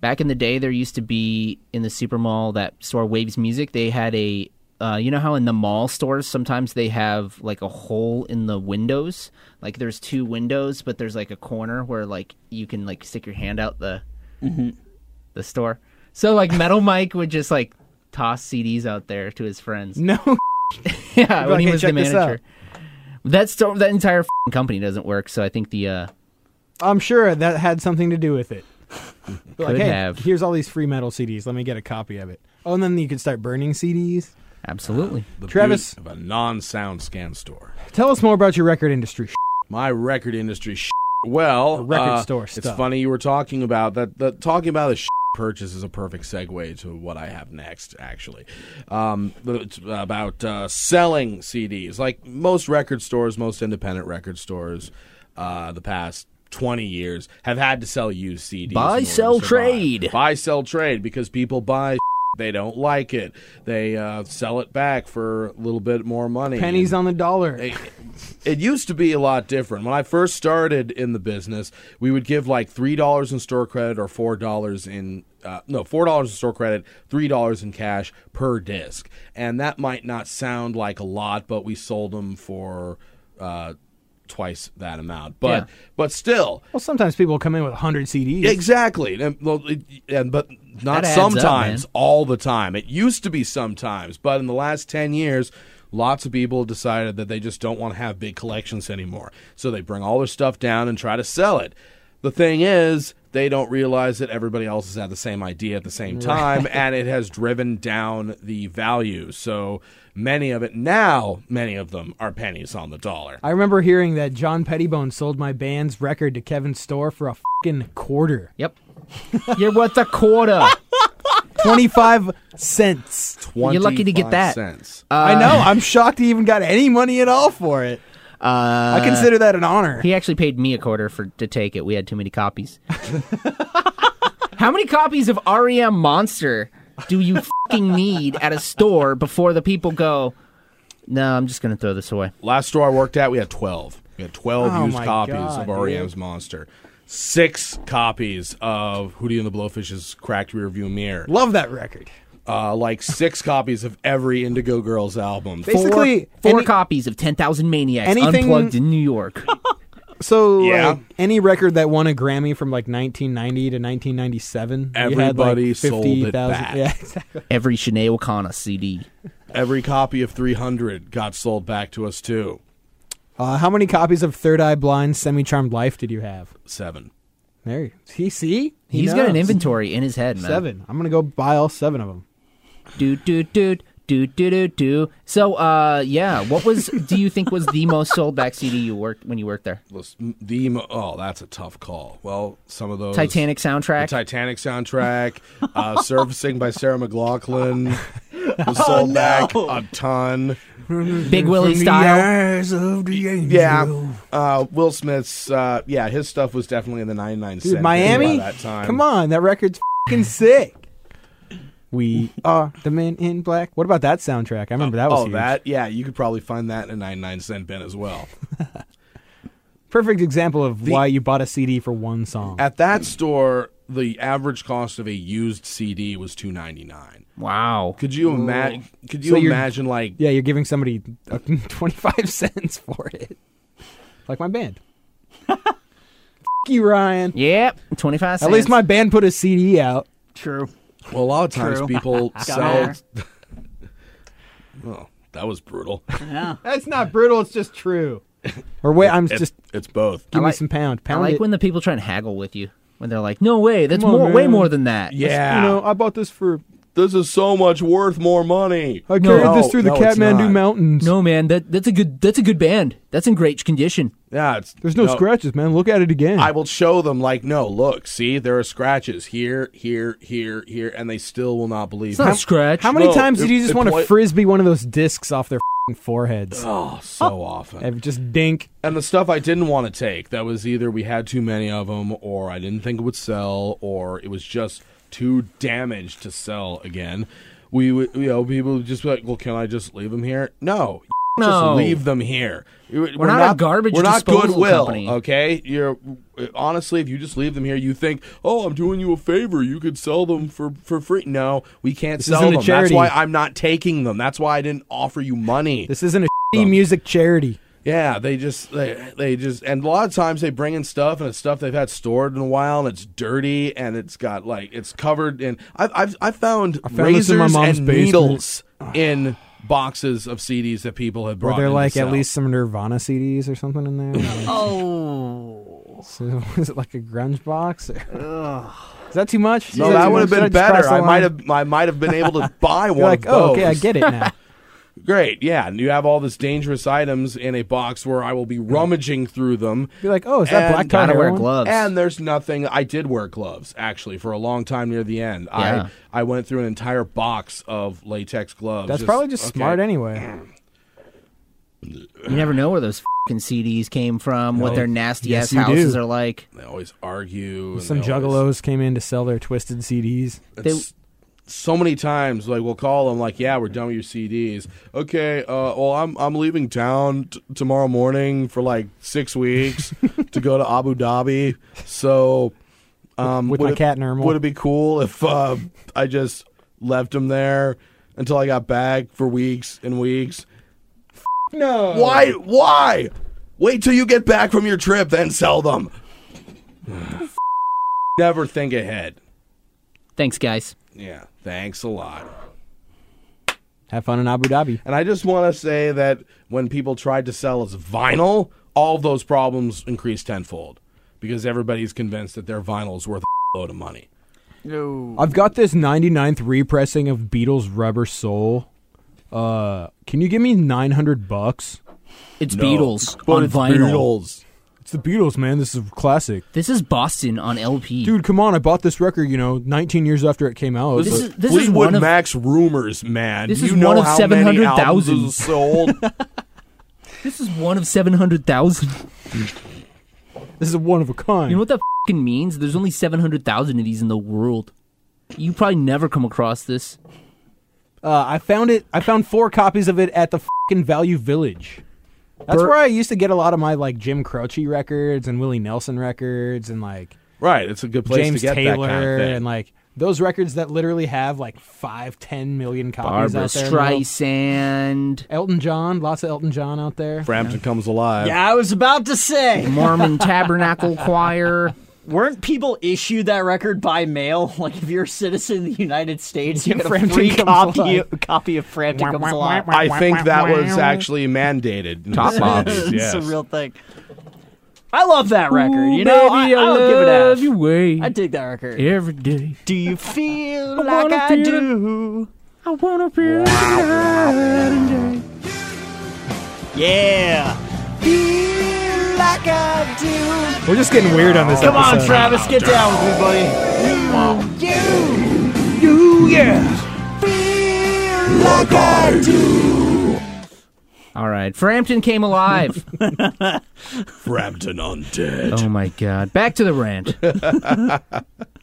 [SPEAKER 4] back in the day there used to be in the super mall that store waves music they had a uh, you know how in the mall stores sometimes they have like a hole in the windows like there's two windows but there's like a corner where like you can like stick your hand out the the store so like metal mike would just like toss cds out there to his friends
[SPEAKER 3] No,
[SPEAKER 4] *laughs* yeah
[SPEAKER 3] Be
[SPEAKER 4] when
[SPEAKER 3] like,
[SPEAKER 4] he
[SPEAKER 3] "Hey,
[SPEAKER 4] was the
[SPEAKER 3] check this
[SPEAKER 4] manager that store that entire f***ing company doesn't work so i think the uh
[SPEAKER 3] I'm sure that had something to do with
[SPEAKER 4] *laughs*
[SPEAKER 3] it. like,
[SPEAKER 4] Could
[SPEAKER 3] hey,
[SPEAKER 4] have.
[SPEAKER 3] here's all these free metal CDs. Let me get a copy of it. Oh, and then you could start burning CDs.
[SPEAKER 4] absolutely
[SPEAKER 5] The
[SPEAKER 3] Travis-
[SPEAKER 5] beauty of a non-sound scan store.
[SPEAKER 3] Tell us more about your record industry.
[SPEAKER 5] My record industry. Sh- well,
[SPEAKER 3] The record
[SPEAKER 5] uh,
[SPEAKER 3] store
[SPEAKER 5] It's
[SPEAKER 3] stuff.
[SPEAKER 5] funny you were talking about that. That talking about the sh- purchase is a perfect segue to what I have next. Actually, um, it's about uh, selling CDs. Like most record stores, most independent record stores, uh, the past. 20 years have had to sell used CDs. in
[SPEAKER 4] Buy,
[SPEAKER 5] order to
[SPEAKER 4] sell,
[SPEAKER 5] survive.
[SPEAKER 4] trade.
[SPEAKER 5] Buy, sell, trade because people buy, sh- they don't like it. They uh, sell it back for a little bit more money.
[SPEAKER 3] Pennies on the dollar.
[SPEAKER 5] It used to be a lot different. When I first started in the business, we would give like three dollars in store credit or four dollars in uh, no four dollars in store credit, three dollars in cash per disc, and that might not sound like a lot, but we sold them for uh, twice that amount. But
[SPEAKER 4] Yeah.
[SPEAKER 5] but still,
[SPEAKER 3] well, sometimes people come in with 100 CDs.
[SPEAKER 5] Exactly, and, well, it- and- but not
[SPEAKER 4] That adds up,
[SPEAKER 5] sometimes,
[SPEAKER 4] man.
[SPEAKER 5] all the time. It used to be sometimes, but in the last ten years, lots of people have decided that they just don't want to have big collections anymore. So they bring all their stuff down and try to sell it. The thing is, they don't realize that everybody else has had the same idea at the same time,
[SPEAKER 4] *laughs*
[SPEAKER 5] and it has driven down the value. So many of it now, many of them are pennies on the dollar.
[SPEAKER 3] I remember hearing that John Pettibone sold my band's record to Kevin Store for a fucking
[SPEAKER 4] *laughs*
[SPEAKER 3] quarter.
[SPEAKER 4] yep you're worth a quarter
[SPEAKER 3] 25 cents.
[SPEAKER 4] You're lucky to get
[SPEAKER 5] 25
[SPEAKER 4] that.
[SPEAKER 5] Cents.
[SPEAKER 4] Uh,
[SPEAKER 3] I know. I'm shocked he even got any money at all for it. I consider that an honor.
[SPEAKER 4] Uh, He actually paid me a quarter for to take it. We had too many *laughs* copies. How many copies of REM Monster do you fucking need at a store before the people go? No, I'm just gonna throw this away.
[SPEAKER 5] Last store I worked at, we had 12. We had 12
[SPEAKER 3] Oh
[SPEAKER 5] used
[SPEAKER 3] my
[SPEAKER 5] copies
[SPEAKER 3] God,
[SPEAKER 5] of REM's Monster. Six copies of Hootie and the Blowfish's Cracked Rearview Mirror.
[SPEAKER 3] Love that record.
[SPEAKER 5] Uh, like six *laughs* copies of every Indigo Girls album.
[SPEAKER 3] They- Basically,
[SPEAKER 4] four, four
[SPEAKER 3] any-
[SPEAKER 4] copies of Ten Thousand Maniacs
[SPEAKER 3] Anything-
[SPEAKER 4] unplugged in New York.
[SPEAKER 3] So,
[SPEAKER 5] Yeah.
[SPEAKER 3] like, any record that won a Grammy from like 1990 to 1997, we had, like,
[SPEAKER 5] Everybody sold it
[SPEAKER 3] 50,000
[SPEAKER 5] back.
[SPEAKER 3] Yeah, *laughs* exactly.
[SPEAKER 4] Every Sinead O'Connor CD.
[SPEAKER 5] Every copy of 300 got sold back to us, too.
[SPEAKER 3] Uh, how many copies of Third Eye Blind Semi Charmed Life did you have?
[SPEAKER 5] Seven.
[SPEAKER 3] There you he see He
[SPEAKER 4] He's got an
[SPEAKER 3] knows.
[SPEAKER 4] inventory in his head, man.
[SPEAKER 3] Seven. I'm gonna go buy all seven of them.
[SPEAKER 4] Do do do do do do do. So, uh, yeah. What was? do you think was the most sold back CD you worked when you worked there?
[SPEAKER 5] Let's- The, mo- oh, that's a tough call. Well, some of those.
[SPEAKER 4] Titanic soundtrack.
[SPEAKER 5] The Titanic soundtrack, uh, Surfacing by Sarah
[SPEAKER 3] *laughs*
[SPEAKER 5] McLaughlin was
[SPEAKER 3] Oh,
[SPEAKER 5] sold back a ton.
[SPEAKER 4] Big Willie style.
[SPEAKER 3] eyes of the angel.
[SPEAKER 5] Yeah, uh, Will Smith's. Uh, yeah, his stuff was definitely in the 99
[SPEAKER 3] Dude,
[SPEAKER 5] cent by
[SPEAKER 3] Miami.
[SPEAKER 5] that time.
[SPEAKER 3] Come on, that record's fucking sick. We *laughs* are the men in black. What about that soundtrack? I remember that was
[SPEAKER 5] oh,
[SPEAKER 3] huge.
[SPEAKER 5] that. Yeah, you could probably find that in a 99 cent bin as well.
[SPEAKER 3] Perfect example of
[SPEAKER 5] The-
[SPEAKER 3] why you bought a CD for one song.
[SPEAKER 5] At that store, the average cost of a used CD was 2.99.
[SPEAKER 4] Wow.
[SPEAKER 5] Could you imagine? Could you
[SPEAKER 3] So you're-
[SPEAKER 5] imagine like?
[SPEAKER 3] yeah, you're giving somebody *laughs* uh, 25 cents for it. Like my band. you, Ryan.
[SPEAKER 4] Yep, twenty five.
[SPEAKER 3] At least my band put a CD out.
[SPEAKER 6] True.
[SPEAKER 5] Well, a lot of times
[SPEAKER 3] *laughs*
[SPEAKER 6] True.
[SPEAKER 5] people sell.
[SPEAKER 6] there.
[SPEAKER 5] *laughs* Oh, that was brutal.
[SPEAKER 6] Yeah.
[SPEAKER 3] That's not brutal. It's just true. *laughs* Or wait, I'm
[SPEAKER 5] It's,
[SPEAKER 3] *laughs* just
[SPEAKER 5] it's both.
[SPEAKER 3] give
[SPEAKER 4] I
[SPEAKER 3] me
[SPEAKER 4] like-
[SPEAKER 3] some pound.
[SPEAKER 4] I
[SPEAKER 3] Pound
[SPEAKER 4] like
[SPEAKER 3] it.
[SPEAKER 4] when the people try and haggle with you when they're like, "No way, that's
[SPEAKER 3] Come on,
[SPEAKER 4] more, way
[SPEAKER 3] man.
[SPEAKER 4] more than that."
[SPEAKER 5] Yeah,
[SPEAKER 3] You know, I bought this for.
[SPEAKER 5] this is so much worth more money.
[SPEAKER 3] I carried this
[SPEAKER 5] No,
[SPEAKER 3] through the
[SPEAKER 5] no, it's
[SPEAKER 3] Kathmandu
[SPEAKER 5] not.
[SPEAKER 3] Mountains.
[SPEAKER 4] No, man, that that's a good that's a good band. That's in great condition.
[SPEAKER 5] Yeah, it's,
[SPEAKER 3] There's no, scratches, man. Look at it
[SPEAKER 4] Hmm.
[SPEAKER 3] again.
[SPEAKER 5] I will show them like, no, look, see, there are scratches here, here, here, here, and they still will not believe.
[SPEAKER 4] It's not a scratch.
[SPEAKER 3] How many
[SPEAKER 5] No,
[SPEAKER 3] times
[SPEAKER 5] it-
[SPEAKER 3] did you just
[SPEAKER 5] it
[SPEAKER 3] want to
[SPEAKER 5] play-
[SPEAKER 3] frisbee one of those discs off their fing foreheads?
[SPEAKER 5] Oh, so often.
[SPEAKER 3] And just dink.
[SPEAKER 5] And the stuff I didn't want to take, that was either we had too many of them, or I didn't think it would sell, or it was just too damaged to sell again. We would, you know, people would just be like, well, can I just leave them here? No.
[SPEAKER 4] No.
[SPEAKER 5] Just leave them here. We're,
[SPEAKER 4] not a garbage
[SPEAKER 5] We're not
[SPEAKER 4] disposal
[SPEAKER 5] goodwill,
[SPEAKER 4] company.
[SPEAKER 5] okay? You're honestly, if you just leave them here, you think, "Oh, I'm doing you a favor. You could sell them for, for free." No, we can't
[SPEAKER 3] This
[SPEAKER 5] sell
[SPEAKER 3] isn't a
[SPEAKER 5] them. That's
[SPEAKER 3] charity.
[SPEAKER 5] why I'm not taking them. That's why I didn't offer you money.
[SPEAKER 3] This isn't a shitty music charity.
[SPEAKER 5] Yeah, they just they they just and a lot of times they bring in stuff and it's stuff they've had stored in a while and it's dirty and it's got like it's covered in I've I've, I've found,
[SPEAKER 3] found this
[SPEAKER 5] razors
[SPEAKER 3] in my mom's
[SPEAKER 5] and
[SPEAKER 3] basement.
[SPEAKER 5] needles in boxes of CDs that people have brought.
[SPEAKER 3] Were there
[SPEAKER 5] in to
[SPEAKER 3] like at
[SPEAKER 5] sell.
[SPEAKER 3] least some Nirvana CDs or something in there?
[SPEAKER 6] Oh.
[SPEAKER 3] so, *laughs* was it like a grunge box? Or... Is that too much?
[SPEAKER 5] no,
[SPEAKER 3] Is
[SPEAKER 5] that
[SPEAKER 3] too
[SPEAKER 5] would have
[SPEAKER 3] much? Should
[SPEAKER 5] been
[SPEAKER 3] just cross
[SPEAKER 5] better.
[SPEAKER 3] the
[SPEAKER 5] I might
[SPEAKER 3] line?
[SPEAKER 5] have I might have been able
[SPEAKER 3] *laughs*
[SPEAKER 5] to buy one.
[SPEAKER 3] You're like,
[SPEAKER 5] of
[SPEAKER 3] oh, okay, I
[SPEAKER 5] those."
[SPEAKER 3] get
[SPEAKER 5] *laughs*
[SPEAKER 3] it now.
[SPEAKER 5] Great, yeah. And you have all this dangerous items in a box where I will be rummaging through them.
[SPEAKER 3] Be like, oh, is that
[SPEAKER 5] And-
[SPEAKER 3] black tie
[SPEAKER 4] Gotta wear
[SPEAKER 3] heroin?
[SPEAKER 4] gloves.
[SPEAKER 5] And there's nothing. I did wear gloves actually for a long time near the end.
[SPEAKER 4] Yeah.
[SPEAKER 5] I I went through an entire box of latex gloves.
[SPEAKER 3] That's probably just
[SPEAKER 5] okay.
[SPEAKER 3] smart anyway.
[SPEAKER 4] you never know where those fing CDs came from, what their nasty
[SPEAKER 3] Yes,
[SPEAKER 4] ass
[SPEAKER 3] you do.
[SPEAKER 4] houses are like.
[SPEAKER 5] They always argue. and
[SPEAKER 3] Some
[SPEAKER 5] they always-
[SPEAKER 3] juggalos came in to sell their twisted CDs.
[SPEAKER 5] it's- so many times, like we'll call them, like, "Yeah, we're done with your CDs." Okay, uh, well, I'm I'm leaving town t- tomorrow morning for like six
[SPEAKER 3] *laughs*
[SPEAKER 5] weeks to go to Abu Dhabi. So, um,
[SPEAKER 3] With
[SPEAKER 5] would
[SPEAKER 3] my
[SPEAKER 5] it-
[SPEAKER 3] cat Nermal.
[SPEAKER 5] Would it be cool if uh, I just left him there until I got back for weeks and weeks?
[SPEAKER 3] No.
[SPEAKER 5] Why? Why? Wait till you get back from your trip, then sell them. *sighs* Never think ahead.
[SPEAKER 4] Thanks, guys.
[SPEAKER 5] Yeah. Thanks a lot.
[SPEAKER 3] Have fun in Abu Dhabi.
[SPEAKER 5] And I just want to say that when people tried to sell us vinyl, all of those problems increased tenfold because everybody's convinced that their vinyl is worth a load of money.
[SPEAKER 3] I've got this 99th repressing of Beatles Rubber Soul. Uh, can you give me 900 bucks?
[SPEAKER 4] It's
[SPEAKER 5] No.
[SPEAKER 4] Beatles
[SPEAKER 5] But
[SPEAKER 4] on
[SPEAKER 5] it's
[SPEAKER 4] vinyl.
[SPEAKER 5] Beatles.
[SPEAKER 3] It's the Beatles, man. This is a classic.
[SPEAKER 4] This is Boston on LP.
[SPEAKER 3] Dude, come on. I bought this record, you know, 19 years after it came out.
[SPEAKER 4] This
[SPEAKER 3] But-
[SPEAKER 4] is- this is
[SPEAKER 5] Fleetwood
[SPEAKER 4] one of-
[SPEAKER 5] Mac's rumors, man.
[SPEAKER 4] This
[SPEAKER 5] Do
[SPEAKER 4] is
[SPEAKER 5] you know
[SPEAKER 4] one of
[SPEAKER 5] how many
[SPEAKER 4] 700,000.
[SPEAKER 5] albums is sold.
[SPEAKER 4] *laughs* This is one of seven hundred thousand.
[SPEAKER 3] this is a one of a kind.
[SPEAKER 4] You know what that fing means? There's only seven hundred thousand of these in the world. You probably never come across this.
[SPEAKER 3] uh, I found it. I found four copies of it at the fucking Value Village. That's
[SPEAKER 4] Bert-
[SPEAKER 3] where I used to get a lot of my like Jim Croce records and Willie Nelson records and like
[SPEAKER 5] right, it's a good place
[SPEAKER 3] James
[SPEAKER 5] to get
[SPEAKER 3] Taylor
[SPEAKER 5] that kind of thing.
[SPEAKER 3] and like those records that literally have like five, ten million copies
[SPEAKER 4] Barbara
[SPEAKER 3] out there. in the world.
[SPEAKER 4] Streisand,
[SPEAKER 3] Elton John, lots of Elton John out there.
[SPEAKER 5] Frampton comes alive.
[SPEAKER 6] Yeah, I was about to say.
[SPEAKER 4] Mormon Tabernacle Choir.
[SPEAKER 6] Weren't people issued that record by mail? *laughs* Like, if you're a citizen of the United States, you
[SPEAKER 3] Yeah,
[SPEAKER 6] get a
[SPEAKER 3] Frampton
[SPEAKER 6] free
[SPEAKER 3] Comes
[SPEAKER 6] *laughs* copy,
[SPEAKER 3] Alive.
[SPEAKER 6] copy of Frampton Comes Alive.
[SPEAKER 5] I think that was actually
[SPEAKER 3] *laughs*
[SPEAKER 5] mandated. in
[SPEAKER 4] Top
[SPEAKER 5] the
[SPEAKER 4] box.
[SPEAKER 5] 70s,
[SPEAKER 6] *laughs* it's
[SPEAKER 5] yes.
[SPEAKER 6] a real thing. I love that record. you know, I, I don't give it
[SPEAKER 4] love
[SPEAKER 6] F.
[SPEAKER 4] you way
[SPEAKER 6] I dig that record.
[SPEAKER 4] every day.
[SPEAKER 6] Do you feel
[SPEAKER 4] I
[SPEAKER 6] like
[SPEAKER 4] wanna
[SPEAKER 6] I
[SPEAKER 4] feel-
[SPEAKER 6] do?
[SPEAKER 4] I wanna feel it
[SPEAKER 6] Yeah. Feel like I do.
[SPEAKER 3] We're just getting weird on this.
[SPEAKER 6] Come on,
[SPEAKER 3] episode.
[SPEAKER 6] Travis, get down with me, buddy. You, you, yeah. Feel like I do.
[SPEAKER 4] All right, Frampton came
[SPEAKER 6] *laughs*
[SPEAKER 4] alive.
[SPEAKER 5] Frampton undead.
[SPEAKER 4] oh my God! Back to the
[SPEAKER 6] *laughs*
[SPEAKER 4] rant.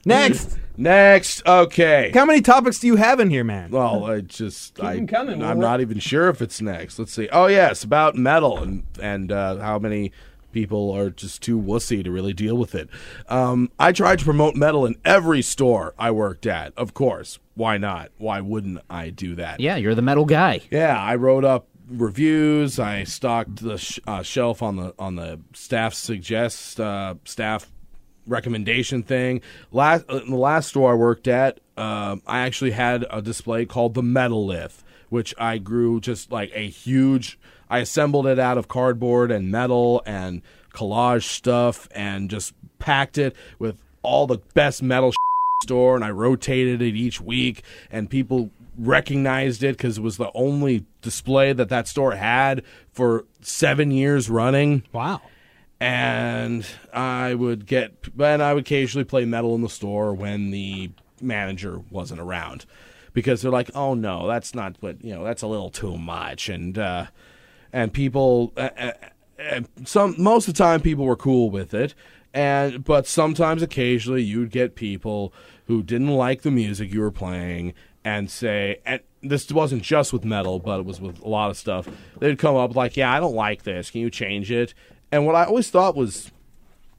[SPEAKER 3] Next,
[SPEAKER 5] Next, okay.
[SPEAKER 3] how many topics do you have in here, man?
[SPEAKER 5] Well, I just I,
[SPEAKER 3] them coming,
[SPEAKER 5] I'm
[SPEAKER 3] Will.
[SPEAKER 5] not even sure if it's next. Let's see. Oh yes, about metal and and uh, how many people are just too wussy to really deal with it. Um, I tried to promote metal in every store I worked at. Of course, why not? Why wouldn't I do that?
[SPEAKER 4] Yeah, you're the metal guy.
[SPEAKER 5] Yeah, I wrote up reviews. I stocked the sh- uh, shelf on the on the staff suggest uh, staff recommendation thing. Last uh, the last store I worked at, um, I actually had a display called the Metalith, which I grew just like a huge. I assembled it out of cardboard and metal and collage stuff and just packed it with all the best metal store and I rotated it each week and people recognized it cuz it was the only display that that store had for 7 years running
[SPEAKER 3] Wow.
[SPEAKER 5] and I would get and I would occasionally play metal in the store when the manager wasn't around because they're like, "Oh no, that's not what, you know, that's a little too much." And uh and people uh, uh, uh, some most of the time people were cool with it. And but sometimes occasionally you'd get people who didn't like the music you were playing and say and this wasn't just with metal, but it was with a lot of stuff. They'd come up like, "Yeah, I don't like this. Can you change it?" And what I always thought was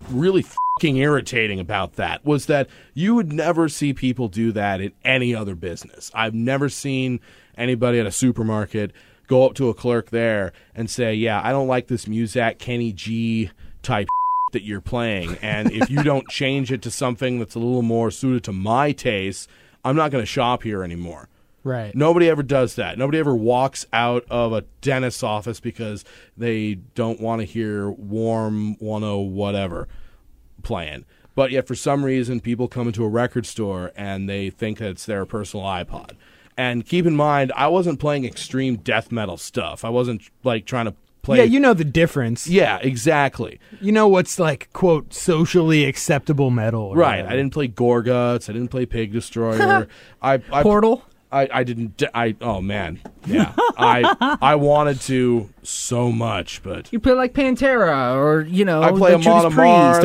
[SPEAKER 5] really fucking irritating about that was that you would never see people do that in any other business. I've never seen anybody at a supermarket go up to a clerk there and say, "Yeah, I don't like this Muzak Kenny G type *laughs* that you're playing, and if you don't change it to something that's a little more suited to my taste, I'm not going to shop here anymore."
[SPEAKER 3] Right.
[SPEAKER 5] Nobody ever does that. Nobody ever walks out of a dentist's office because they don't want to hear warm 10 whatever playing. But yet, for some reason, people come into a record store and they think it's their personal iPod. And keep in mind, I wasn't playing extreme death metal stuff. I wasn't like trying to play.
[SPEAKER 3] Yeah, you know the difference.
[SPEAKER 5] Yeah, exactly.
[SPEAKER 3] You know what's like quote socially acceptable metal. or
[SPEAKER 5] Right.
[SPEAKER 3] whatever.
[SPEAKER 5] I didn't play Gorguts. I didn't play
[SPEAKER 3] *laughs*
[SPEAKER 5] Pig Destroyer. I, I
[SPEAKER 4] Portal?
[SPEAKER 5] I, I didn't. d- I oh man, yeah. I I wanted to so much, but
[SPEAKER 4] You play like Pantera or, you know,
[SPEAKER 5] I play
[SPEAKER 4] the Judas
[SPEAKER 5] Amon
[SPEAKER 4] Priest,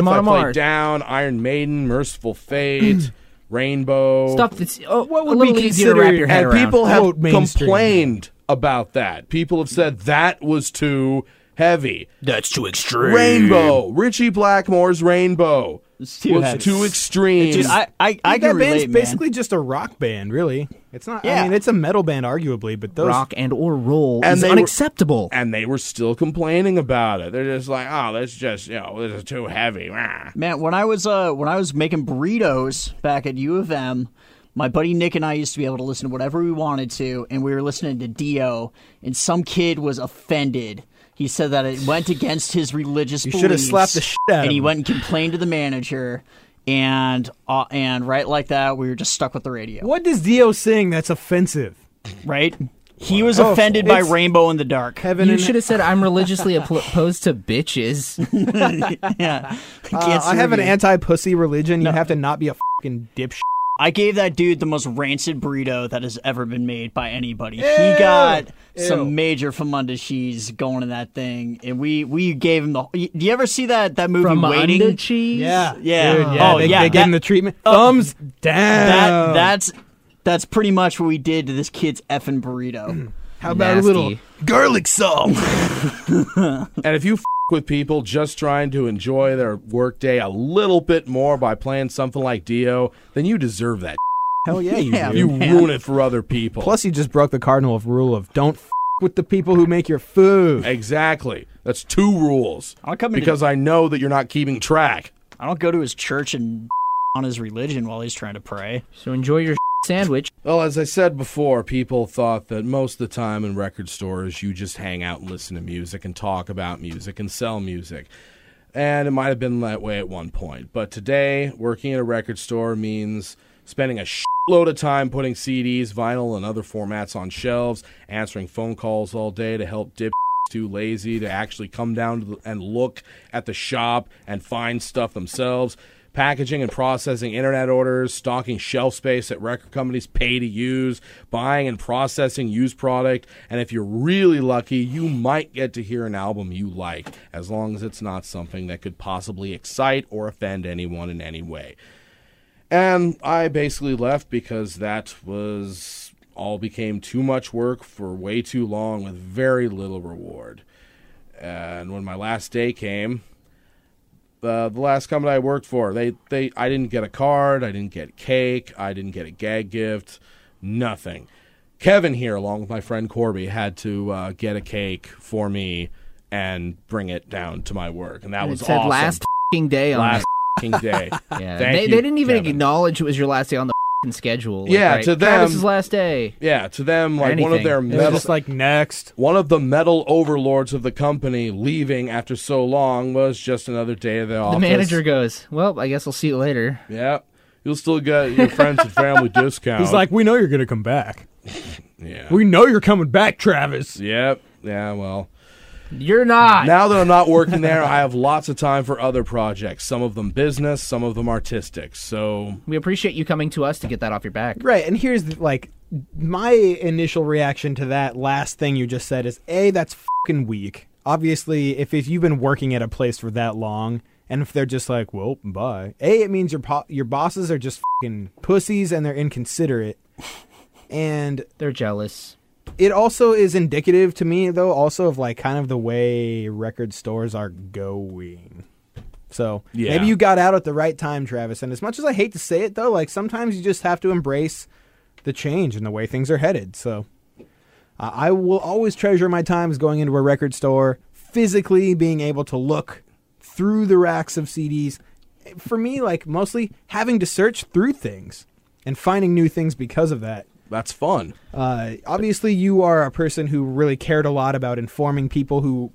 [SPEAKER 5] Amarth. I
[SPEAKER 4] Amon
[SPEAKER 5] play
[SPEAKER 4] Amarth.
[SPEAKER 5] Down, Iron Maiden, Merciful
[SPEAKER 4] *clears throat*
[SPEAKER 5] Fate, Rainbow.
[SPEAKER 4] Stuff that's oh,
[SPEAKER 3] What would
[SPEAKER 4] a little
[SPEAKER 3] be
[SPEAKER 4] easier to wrap
[SPEAKER 3] considered-
[SPEAKER 4] your head
[SPEAKER 5] and
[SPEAKER 4] around.
[SPEAKER 5] people have
[SPEAKER 3] Quote mainstream.
[SPEAKER 5] complained about that. People have said that was too heavy.
[SPEAKER 7] That's too extreme.
[SPEAKER 5] Rainbow, Richie Blackmore's Rainbow
[SPEAKER 6] It's too
[SPEAKER 5] was
[SPEAKER 6] heavy.
[SPEAKER 5] too extreme.
[SPEAKER 6] Dude, I, I, I
[SPEAKER 3] that
[SPEAKER 6] can relate,
[SPEAKER 3] band's
[SPEAKER 6] man.
[SPEAKER 3] basically just a rock band, really. It's not. I
[SPEAKER 6] Yeah.
[SPEAKER 3] mean, it's a metal band, arguably, but those
[SPEAKER 4] Rock and or roll
[SPEAKER 5] And
[SPEAKER 4] is
[SPEAKER 5] they were-
[SPEAKER 4] unacceptable.
[SPEAKER 5] and they were still complaining about it. They're just like, oh, that's just you know, this is too heavy. Rah.
[SPEAKER 6] Man, when I was uh when I was making burritos back at U of M, my buddy Nick and I used to be able to listen to whatever we wanted to, and we were listening to Dio, and some kid was offended. He said that it went against his religious
[SPEAKER 3] You
[SPEAKER 6] beliefs.
[SPEAKER 3] should have slapped the shit out of
[SPEAKER 6] And he
[SPEAKER 3] him.
[SPEAKER 6] went and complained to the manager, and uh, and right like that, we were just stuck with the radio.
[SPEAKER 3] What does Dio sing that's offensive?
[SPEAKER 6] Right? He was
[SPEAKER 3] Oh,
[SPEAKER 6] offended by
[SPEAKER 3] it's-
[SPEAKER 6] Rainbow in the Dark.
[SPEAKER 3] Heaven
[SPEAKER 4] You
[SPEAKER 3] and
[SPEAKER 4] should have said, I'm religiously
[SPEAKER 5] *laughs*
[SPEAKER 4] opposed to bitches.
[SPEAKER 6] yeah,
[SPEAKER 3] Uh,
[SPEAKER 6] Can't
[SPEAKER 3] I have an
[SPEAKER 6] see you.
[SPEAKER 3] anti-pussy religion. You have to not be a fucking dipshit.
[SPEAKER 6] I gave that dude the most rancid burrito that has ever been made by anybody. He got some major famundashis going in that thing, and we we gave him the. Do you ever see that that movie
[SPEAKER 4] From
[SPEAKER 6] Waiting?
[SPEAKER 4] under cheese?
[SPEAKER 6] Yeah.
[SPEAKER 3] Dude, yeah.
[SPEAKER 6] Oh,
[SPEAKER 3] they,
[SPEAKER 6] yeah,
[SPEAKER 3] They
[SPEAKER 6] that- Oh.
[SPEAKER 3] gave him the treatment. Thumbs down.
[SPEAKER 6] That that's that's pretty much what we did to this kid's effing burrito.
[SPEAKER 3] How about
[SPEAKER 4] Nasty.
[SPEAKER 3] a little garlic salt?
[SPEAKER 5] And if you f- with people just trying to enjoy their workday a little bit more by playing something like Dio, then you deserve that.
[SPEAKER 3] Hell yeah, you
[SPEAKER 6] Yeah.
[SPEAKER 3] do.
[SPEAKER 5] You
[SPEAKER 6] man.
[SPEAKER 5] ruin it for other people.
[SPEAKER 3] Plus, you just broke the cardinal of rule of don't f- with the people who make your food.
[SPEAKER 5] exactly. That's two rules.
[SPEAKER 6] I'll come into-
[SPEAKER 5] because I know that you're not keeping track.
[SPEAKER 6] I don't go to his church and on his religion while he's trying to pray.
[SPEAKER 4] So enjoy your *laughs* sandwich.
[SPEAKER 5] Well, as I said before, people thought that most of the time in record stores, you just hang out and listen to music and talk about music and sell music. And it might have been that way at one point. But today, working at a record store means spending a shitload of time putting CDs, vinyl, and other formats on shelves, answering phone calls all day to help dip too lazy to actually come down to the, and look at the shop and find stuff themselves. Packaging and processing internet orders, stocking shelf space that record companies pay to use, buying and processing used product, and if you're really lucky, you might get to hear an album you like, as long as it's not something that could possibly excite or offend anyone in any way. And I basically left because that was all became too much work for way too long with very little reward. And when my last day came, uh, the last company I worked for, they, they I didn't get a card, I didn't get cake, I didn't get a gag gift, nothing. Kevin here, along with my friend Corby, had to uh, get a cake for me and bring it down to my work, and that
[SPEAKER 4] And
[SPEAKER 5] was
[SPEAKER 4] it said
[SPEAKER 5] awesome
[SPEAKER 4] last fing day on
[SPEAKER 5] last
[SPEAKER 4] it.
[SPEAKER 5] fucking
[SPEAKER 4] *laughs*
[SPEAKER 5] day.
[SPEAKER 4] Yeah,
[SPEAKER 5] Thank
[SPEAKER 4] they,
[SPEAKER 5] you,
[SPEAKER 4] they didn't even
[SPEAKER 5] Kevin.
[SPEAKER 4] acknowledge it was your last day on the fing schedule. Like,
[SPEAKER 5] Yeah,
[SPEAKER 4] right,
[SPEAKER 5] to
[SPEAKER 4] Travis's
[SPEAKER 5] them-
[SPEAKER 4] last day.
[SPEAKER 5] Yeah, to them, like one of
[SPEAKER 4] Anything.
[SPEAKER 5] their
[SPEAKER 3] It
[SPEAKER 4] It
[SPEAKER 3] was
[SPEAKER 5] metal,
[SPEAKER 3] just like next.
[SPEAKER 5] one of the metal overlords of the company leaving after so long was just another day of the
[SPEAKER 4] The
[SPEAKER 5] office.
[SPEAKER 4] manager goes, "Well, I guess I'll see you later."
[SPEAKER 5] Yeah, you'll still get your friends and
[SPEAKER 3] *laughs*
[SPEAKER 5] family discount.
[SPEAKER 3] He's like, we know you're gonna come back.
[SPEAKER 5] yeah,
[SPEAKER 3] We know you're coming back, Travis.
[SPEAKER 5] yep, yeah. Well,
[SPEAKER 4] You're not.
[SPEAKER 5] now that I'm not working there, I have lots of time for other projects. Some of them business, some of them artistic. So
[SPEAKER 4] we appreciate you coming to us to get that off your back.
[SPEAKER 3] Right, and here's the- like my initial reaction to that last thing you just said is a that's fucking weak. Obviously, if, if you've been working at a place for that long, and if they're just like, well, bye, a it means your po- your bosses are just fucking pussies and they're inconsiderate. And
[SPEAKER 4] They're jealous.
[SPEAKER 3] it also is indicative to me though also of like kind of the way record stores are going so
[SPEAKER 5] Yeah.
[SPEAKER 3] maybe you got out at the right time travis and as much as i hate to say it though like sometimes you just have to embrace the change and the way things are headed so uh, i will always treasure my times going into a record store physically being able to look through the racks of cds for me like mostly having to search through things and finding new things because of that
[SPEAKER 5] that's fun.
[SPEAKER 3] uh, obviously, you are a person who really cared a lot about informing people who,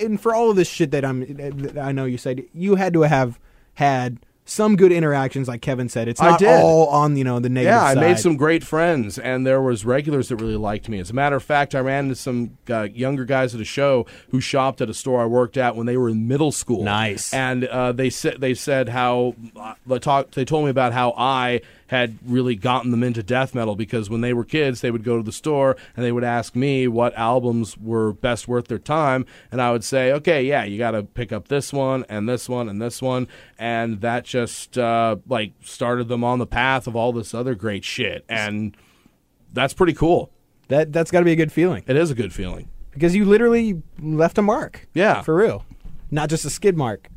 [SPEAKER 3] and for all of this shit that I'm, that I know you said you had to have had some good interactions, like Kevin said. It's
[SPEAKER 5] I
[SPEAKER 3] not
[SPEAKER 5] did.
[SPEAKER 3] all on you know the negative.
[SPEAKER 5] Yeah, I made
[SPEAKER 3] side.
[SPEAKER 5] some great friends, and there was regulars that really liked me. As a matter of fact, I ran into some uh, younger guys at a show who shopped at a store I worked at when they were in middle school.
[SPEAKER 3] Nice.
[SPEAKER 5] And uh, they said they said how uh, they talked. They told me about how I had really gotten them into death metal because when they were kids, they would go to the store and they would ask me what albums were best worth their time, and I would say, okay, yeah, you got to pick up this one and this one and this one, and that just uh, like started them on the path of all this other great shit, and that's pretty cool.
[SPEAKER 3] That that's got to be a good feeling
[SPEAKER 5] It is a good feeling.
[SPEAKER 3] because you literally left a mark.
[SPEAKER 5] Yeah.
[SPEAKER 3] for real, not just a skid mark.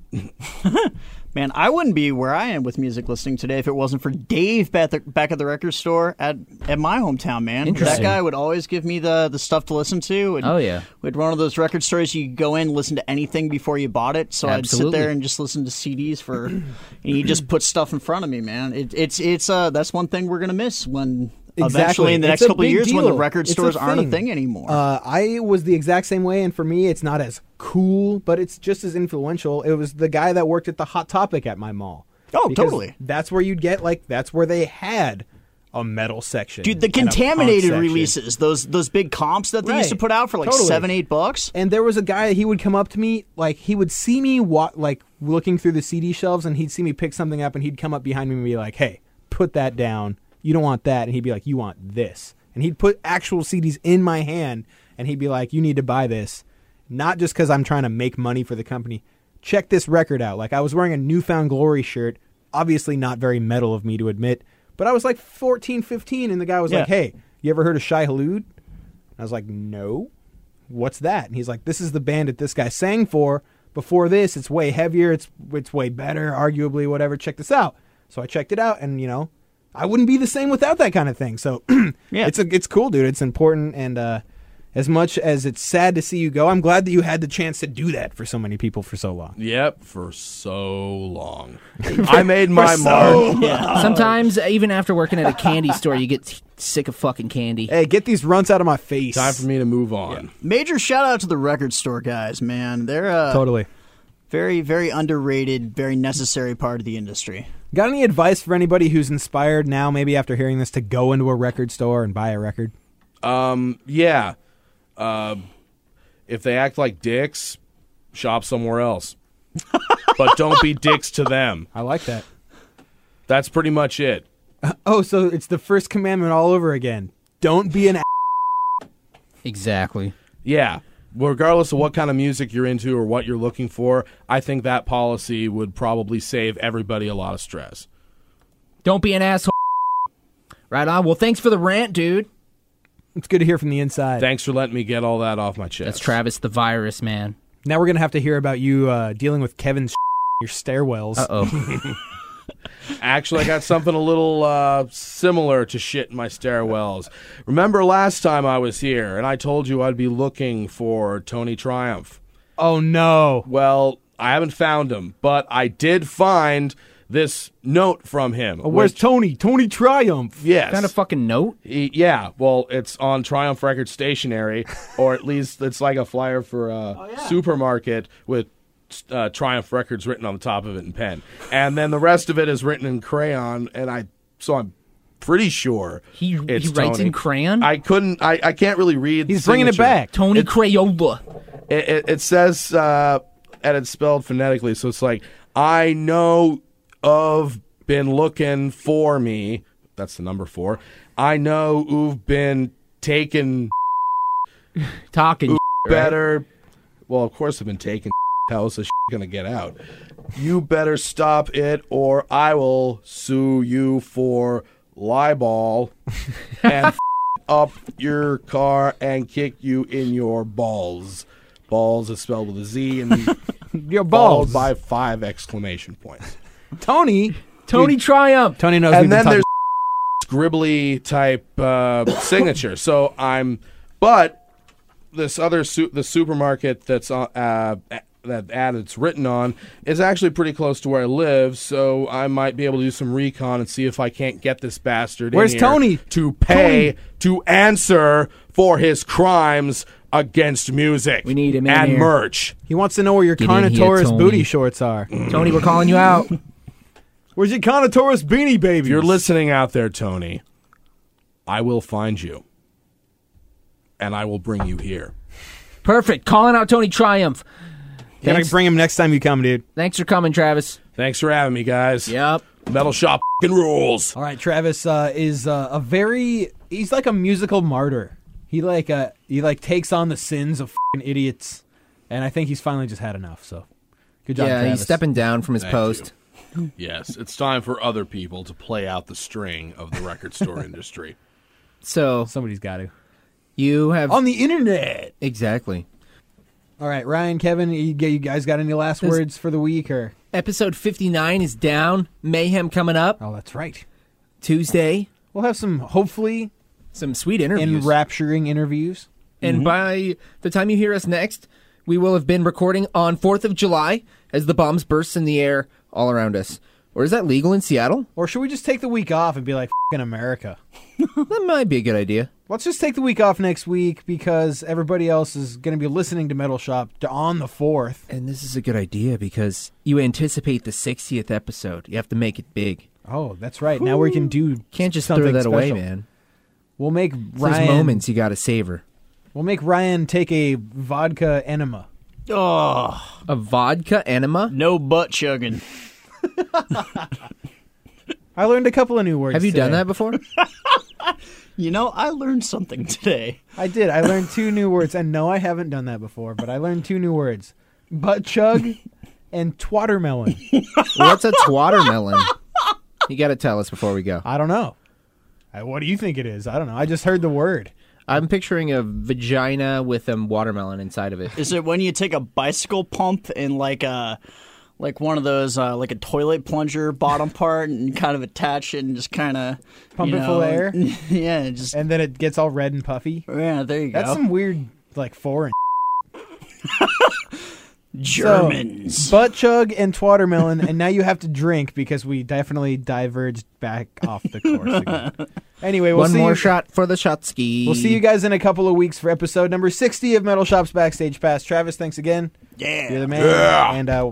[SPEAKER 8] Man, I wouldn't be where I am with music listening today if it wasn't for Dave back, the, back at the record store at, at my hometown, man. That
[SPEAKER 4] Interesting.
[SPEAKER 8] guy would always give me the, the stuff to listen to. And
[SPEAKER 4] Oh, yeah.
[SPEAKER 8] We'd one of those record stores you could go in, listen to anything before you bought it. So I'd
[SPEAKER 4] Absolutely.
[SPEAKER 8] sit there and just listen to CDs for, *clears throat* and he just put stuff in front of me, man. It, it's it's uh that's one thing we're gonna miss when eventually in the next
[SPEAKER 3] It's a
[SPEAKER 8] couple of
[SPEAKER 3] big
[SPEAKER 8] years when the
[SPEAKER 3] deal.
[SPEAKER 8] record
[SPEAKER 3] It's a
[SPEAKER 8] stores aren't a
[SPEAKER 3] thing.
[SPEAKER 8] thing anymore.
[SPEAKER 3] Uh, I was the exact same way, and for me, it's not as cool, but it's just as influential. It was the guy that worked at the Hot Topic at my mall.
[SPEAKER 8] Oh,
[SPEAKER 3] Because
[SPEAKER 8] totally.
[SPEAKER 3] That's where you'd get like that's where they had a metal section,
[SPEAKER 8] Dude, the
[SPEAKER 3] and a punk
[SPEAKER 8] contaminated
[SPEAKER 3] section.
[SPEAKER 8] releases, those those big comps that they used to
[SPEAKER 3] Right.
[SPEAKER 8] put out for like
[SPEAKER 3] Totally.
[SPEAKER 8] seven, eight bucks.
[SPEAKER 3] And there was a guy he would come up to me, like he would see me wa- like looking through the CD shelves, and he'd see me pick something up, and he'd come up behind me and be like, "Hey, put that down. You don't want that." And he'd be like, "You want this." And he'd put actual CDs in my hand, and he'd be like, "You need to buy this, not just because I'm trying to make money for the company. Check this record out." Like I was wearing a Newfound Glory shirt, obviously not very metal of me to admit, but I was like 14, 15, and the guy was like,
[SPEAKER 8] Yeah.
[SPEAKER 3] "Hey, you ever heard of Shy Halud?" And I was like, no. What's that? And he's like, this is the band that this guy sang for. Before this, it's way heavier. It's it's way better, arguably, whatever. Check this out. So I checked it out, and you know, I wouldn't be the same without that kind of thing. So *clears throat* yeah, it's a, it's cool, dude. It's important, and uh, as much as it's sad to see you go, I'm glad that you had the chance to do that for so many people for so long.
[SPEAKER 5] Yep, for so long. I made my mark.
[SPEAKER 4] Sometimes, even after working at a candy store, you get t- sick of fucking candy.
[SPEAKER 3] Hey, get these runts out of my face.
[SPEAKER 5] Time for me to move on.
[SPEAKER 8] Major shout out to the record store guys, man. They're a
[SPEAKER 3] *laughs* Totally.
[SPEAKER 8] very, very underrated, very necessary part of the industry.
[SPEAKER 3] Got any advice for anybody who's inspired now, maybe after hearing this, to go into a record store and buy a record?
[SPEAKER 5] Yeah. Uh, if they act like dicks, shop somewhere else. but don't be dicks to them.
[SPEAKER 3] I like that.
[SPEAKER 5] That's pretty much it.
[SPEAKER 3] Oh, so it's the first commandment all over again. Don't be an a-
[SPEAKER 4] Exactly.
[SPEAKER 5] Yeah. Regardless of what kind of music you're into or what you're looking for, I think that policy would probably save everybody a lot of stress.
[SPEAKER 4] Don't be an asshole. Right on. Well, thanks for the rant, dude.
[SPEAKER 3] It's good to hear from the inside.
[SPEAKER 5] Thanks for letting me get all that off my chest.
[SPEAKER 4] That's Travis the virus, man.
[SPEAKER 3] now we're going to have to hear about you uh, dealing with Kevin's your stairwells.
[SPEAKER 4] Uh *laughs* oh.
[SPEAKER 5] Actually, I got something a little uh, similar to shit in my stairwells. Remember last time I was here and I told you I'd be looking for Tony Triumph?
[SPEAKER 3] Oh no.
[SPEAKER 5] Well, I haven't found him, but I did find this note from him.
[SPEAKER 3] Oh, where's
[SPEAKER 5] which-
[SPEAKER 3] Tony? Tony Triumph.
[SPEAKER 5] Yes.
[SPEAKER 4] Found a fucking note.
[SPEAKER 5] Y- Yeah, well, it's on Triumph Records stationery, *laughs* or at least it's like a flyer for a supermarket with uh, Triumph Records written on the top of it in pen, and then the rest of it is written in crayon. And I, so I'm pretty sure
[SPEAKER 4] He- he
[SPEAKER 5] it's
[SPEAKER 4] writes in
[SPEAKER 5] Tony.
[SPEAKER 4] crayon?
[SPEAKER 5] I couldn't. I, I can't really read.
[SPEAKER 3] He's
[SPEAKER 5] the
[SPEAKER 3] bringing it
[SPEAKER 5] signature.
[SPEAKER 3] back.
[SPEAKER 4] Tony Crayola.
[SPEAKER 5] It, it, it says, uh, and it's spelled phonetically, so it's like I know of been looking for me. That's the number four. I know who've been taken
[SPEAKER 4] Talking.
[SPEAKER 5] better. Well, of course, I've been *laughs* taken. How else is going to get out? You better stop it, or I will sue you for libel and *laughs* up your car and kick you in your balls. Balls is spelled with a Z and
[SPEAKER 3] Your
[SPEAKER 5] balls
[SPEAKER 3] balls.
[SPEAKER 5] by five exclamation *laughs* points.
[SPEAKER 3] Tony.
[SPEAKER 4] Tony Triumph.
[SPEAKER 3] Tony knows. we've
[SPEAKER 5] and
[SPEAKER 3] been
[SPEAKER 5] then
[SPEAKER 3] talking-
[SPEAKER 5] there's *laughs* scribbly type uh, *coughs* signature. So I'm, but this other su- the supermarket that's on uh, a- that ad it's written on is actually pretty close to where I live. So I might be able to do some recon and see if I can't get this bastard. in
[SPEAKER 3] Where's
[SPEAKER 5] here
[SPEAKER 3] Tony?
[SPEAKER 5] to pay to answer for his crimes against music?
[SPEAKER 4] We need him in
[SPEAKER 5] and
[SPEAKER 4] here.
[SPEAKER 5] merch.
[SPEAKER 3] He wants to know where your
[SPEAKER 4] Get in here,
[SPEAKER 3] Carnotaurus
[SPEAKER 4] Tony.
[SPEAKER 3] booty shorts are.
[SPEAKER 4] Tony, we're calling you out.
[SPEAKER 3] Where's your Carnotaurus beanie baby?
[SPEAKER 5] If you're listening out there, Tony, I will find you. And I will bring you here.
[SPEAKER 4] Perfect. Calling out Tony Triumph.
[SPEAKER 3] Gotta
[SPEAKER 4] Thanks,
[SPEAKER 3] bring him next time you come, dude.
[SPEAKER 4] thanks for coming, Travis.
[SPEAKER 5] Thanks for having me, guys.
[SPEAKER 4] Yep.
[SPEAKER 5] Metal Shop fing rules.
[SPEAKER 3] All right, Travis uh, is uh, a very he's like a musical martyr. He like uh, he like takes on the sins of fing idiots, and I think he's finally just had enough. So, good job,
[SPEAKER 4] Yeah,
[SPEAKER 3] Travis.
[SPEAKER 4] he's stepping down from his post.
[SPEAKER 5] Yes, it's time for other people to play out the string of the record store *laughs* industry.
[SPEAKER 4] So
[SPEAKER 3] Somebody's got to
[SPEAKER 4] you have
[SPEAKER 3] on the internet.
[SPEAKER 4] exactly
[SPEAKER 3] All right, Ryan, Kevin, you, g- you guys got any last
[SPEAKER 4] There's-
[SPEAKER 3] words for the week? Or
[SPEAKER 4] episode fifty nine is down. Mayhem coming up
[SPEAKER 3] oh, that's right.
[SPEAKER 4] Tuesday.
[SPEAKER 3] We'll have some hopefully
[SPEAKER 4] Some sweet interviews.
[SPEAKER 3] enrapturing interviews.
[SPEAKER 4] and by the time you hear us next, we will have been recording on Fourth of July as the bombs burst in the air all around us. Or is that legal in Seattle? *laughs*
[SPEAKER 3] Or should we just take the week off and be like fing America?
[SPEAKER 4] That might be a good idea.
[SPEAKER 3] Let's just take the week off next week because everybody else is going to be listening to Metal Shop to- on the fourth.
[SPEAKER 4] And this is a good idea because you anticipate the 60th episode. You have to make it big.
[SPEAKER 3] Oh, that's right. Now we can do
[SPEAKER 4] Can't just
[SPEAKER 3] something
[SPEAKER 4] throw that away,
[SPEAKER 3] special.
[SPEAKER 4] man.
[SPEAKER 3] We'll make
[SPEAKER 4] Those
[SPEAKER 3] Ryan
[SPEAKER 4] moments you got to savor.
[SPEAKER 3] We'll make Ryan take a vodka enema.
[SPEAKER 8] Oh,
[SPEAKER 4] A vodka enema?
[SPEAKER 8] no butt chugging.
[SPEAKER 3] I learned a couple of new words.
[SPEAKER 4] Have you done
[SPEAKER 3] today.
[SPEAKER 4] that *laughs* before?
[SPEAKER 8] You know, I learned something today.
[SPEAKER 3] I did. I learned two new words, and no, I haven't done that before. But I learned two new words: butt
[SPEAKER 4] *laughs*
[SPEAKER 3] chug and twattermelon.
[SPEAKER 4] What's a twattermelon? You got to tell us before we go.
[SPEAKER 3] I don't know. I, what do you think it is? I don't know. I just heard the word.
[SPEAKER 4] I'm picturing a vagina with a watermelon inside of it.
[SPEAKER 8] Is it when you take a bicycle pump and like a like one of those uh, like a toilet plunger bottom part and kind of attach it and just kind of
[SPEAKER 3] Pump
[SPEAKER 8] you
[SPEAKER 3] it
[SPEAKER 8] know,
[SPEAKER 3] full of air?
[SPEAKER 8] *laughs* yeah, just
[SPEAKER 3] And then it gets all red and puffy.
[SPEAKER 8] yeah. There you
[SPEAKER 3] That's
[SPEAKER 8] go.
[SPEAKER 3] some weird, like foreign.
[SPEAKER 8] Germans.
[SPEAKER 3] *laughs* Butt chug and watermelon, and now you have to drink because we definitely diverged back off the course.
[SPEAKER 4] *laughs*
[SPEAKER 3] Again. Anyway, we'll
[SPEAKER 4] One
[SPEAKER 3] see
[SPEAKER 4] more
[SPEAKER 3] you,
[SPEAKER 4] shot for the shot ski.
[SPEAKER 3] We'll see you guys in a couple of weeks for episode number sixty of Metal Shop's Backstage Pass. Travis, thanks again.
[SPEAKER 8] yeah.
[SPEAKER 3] You're the man. And uh,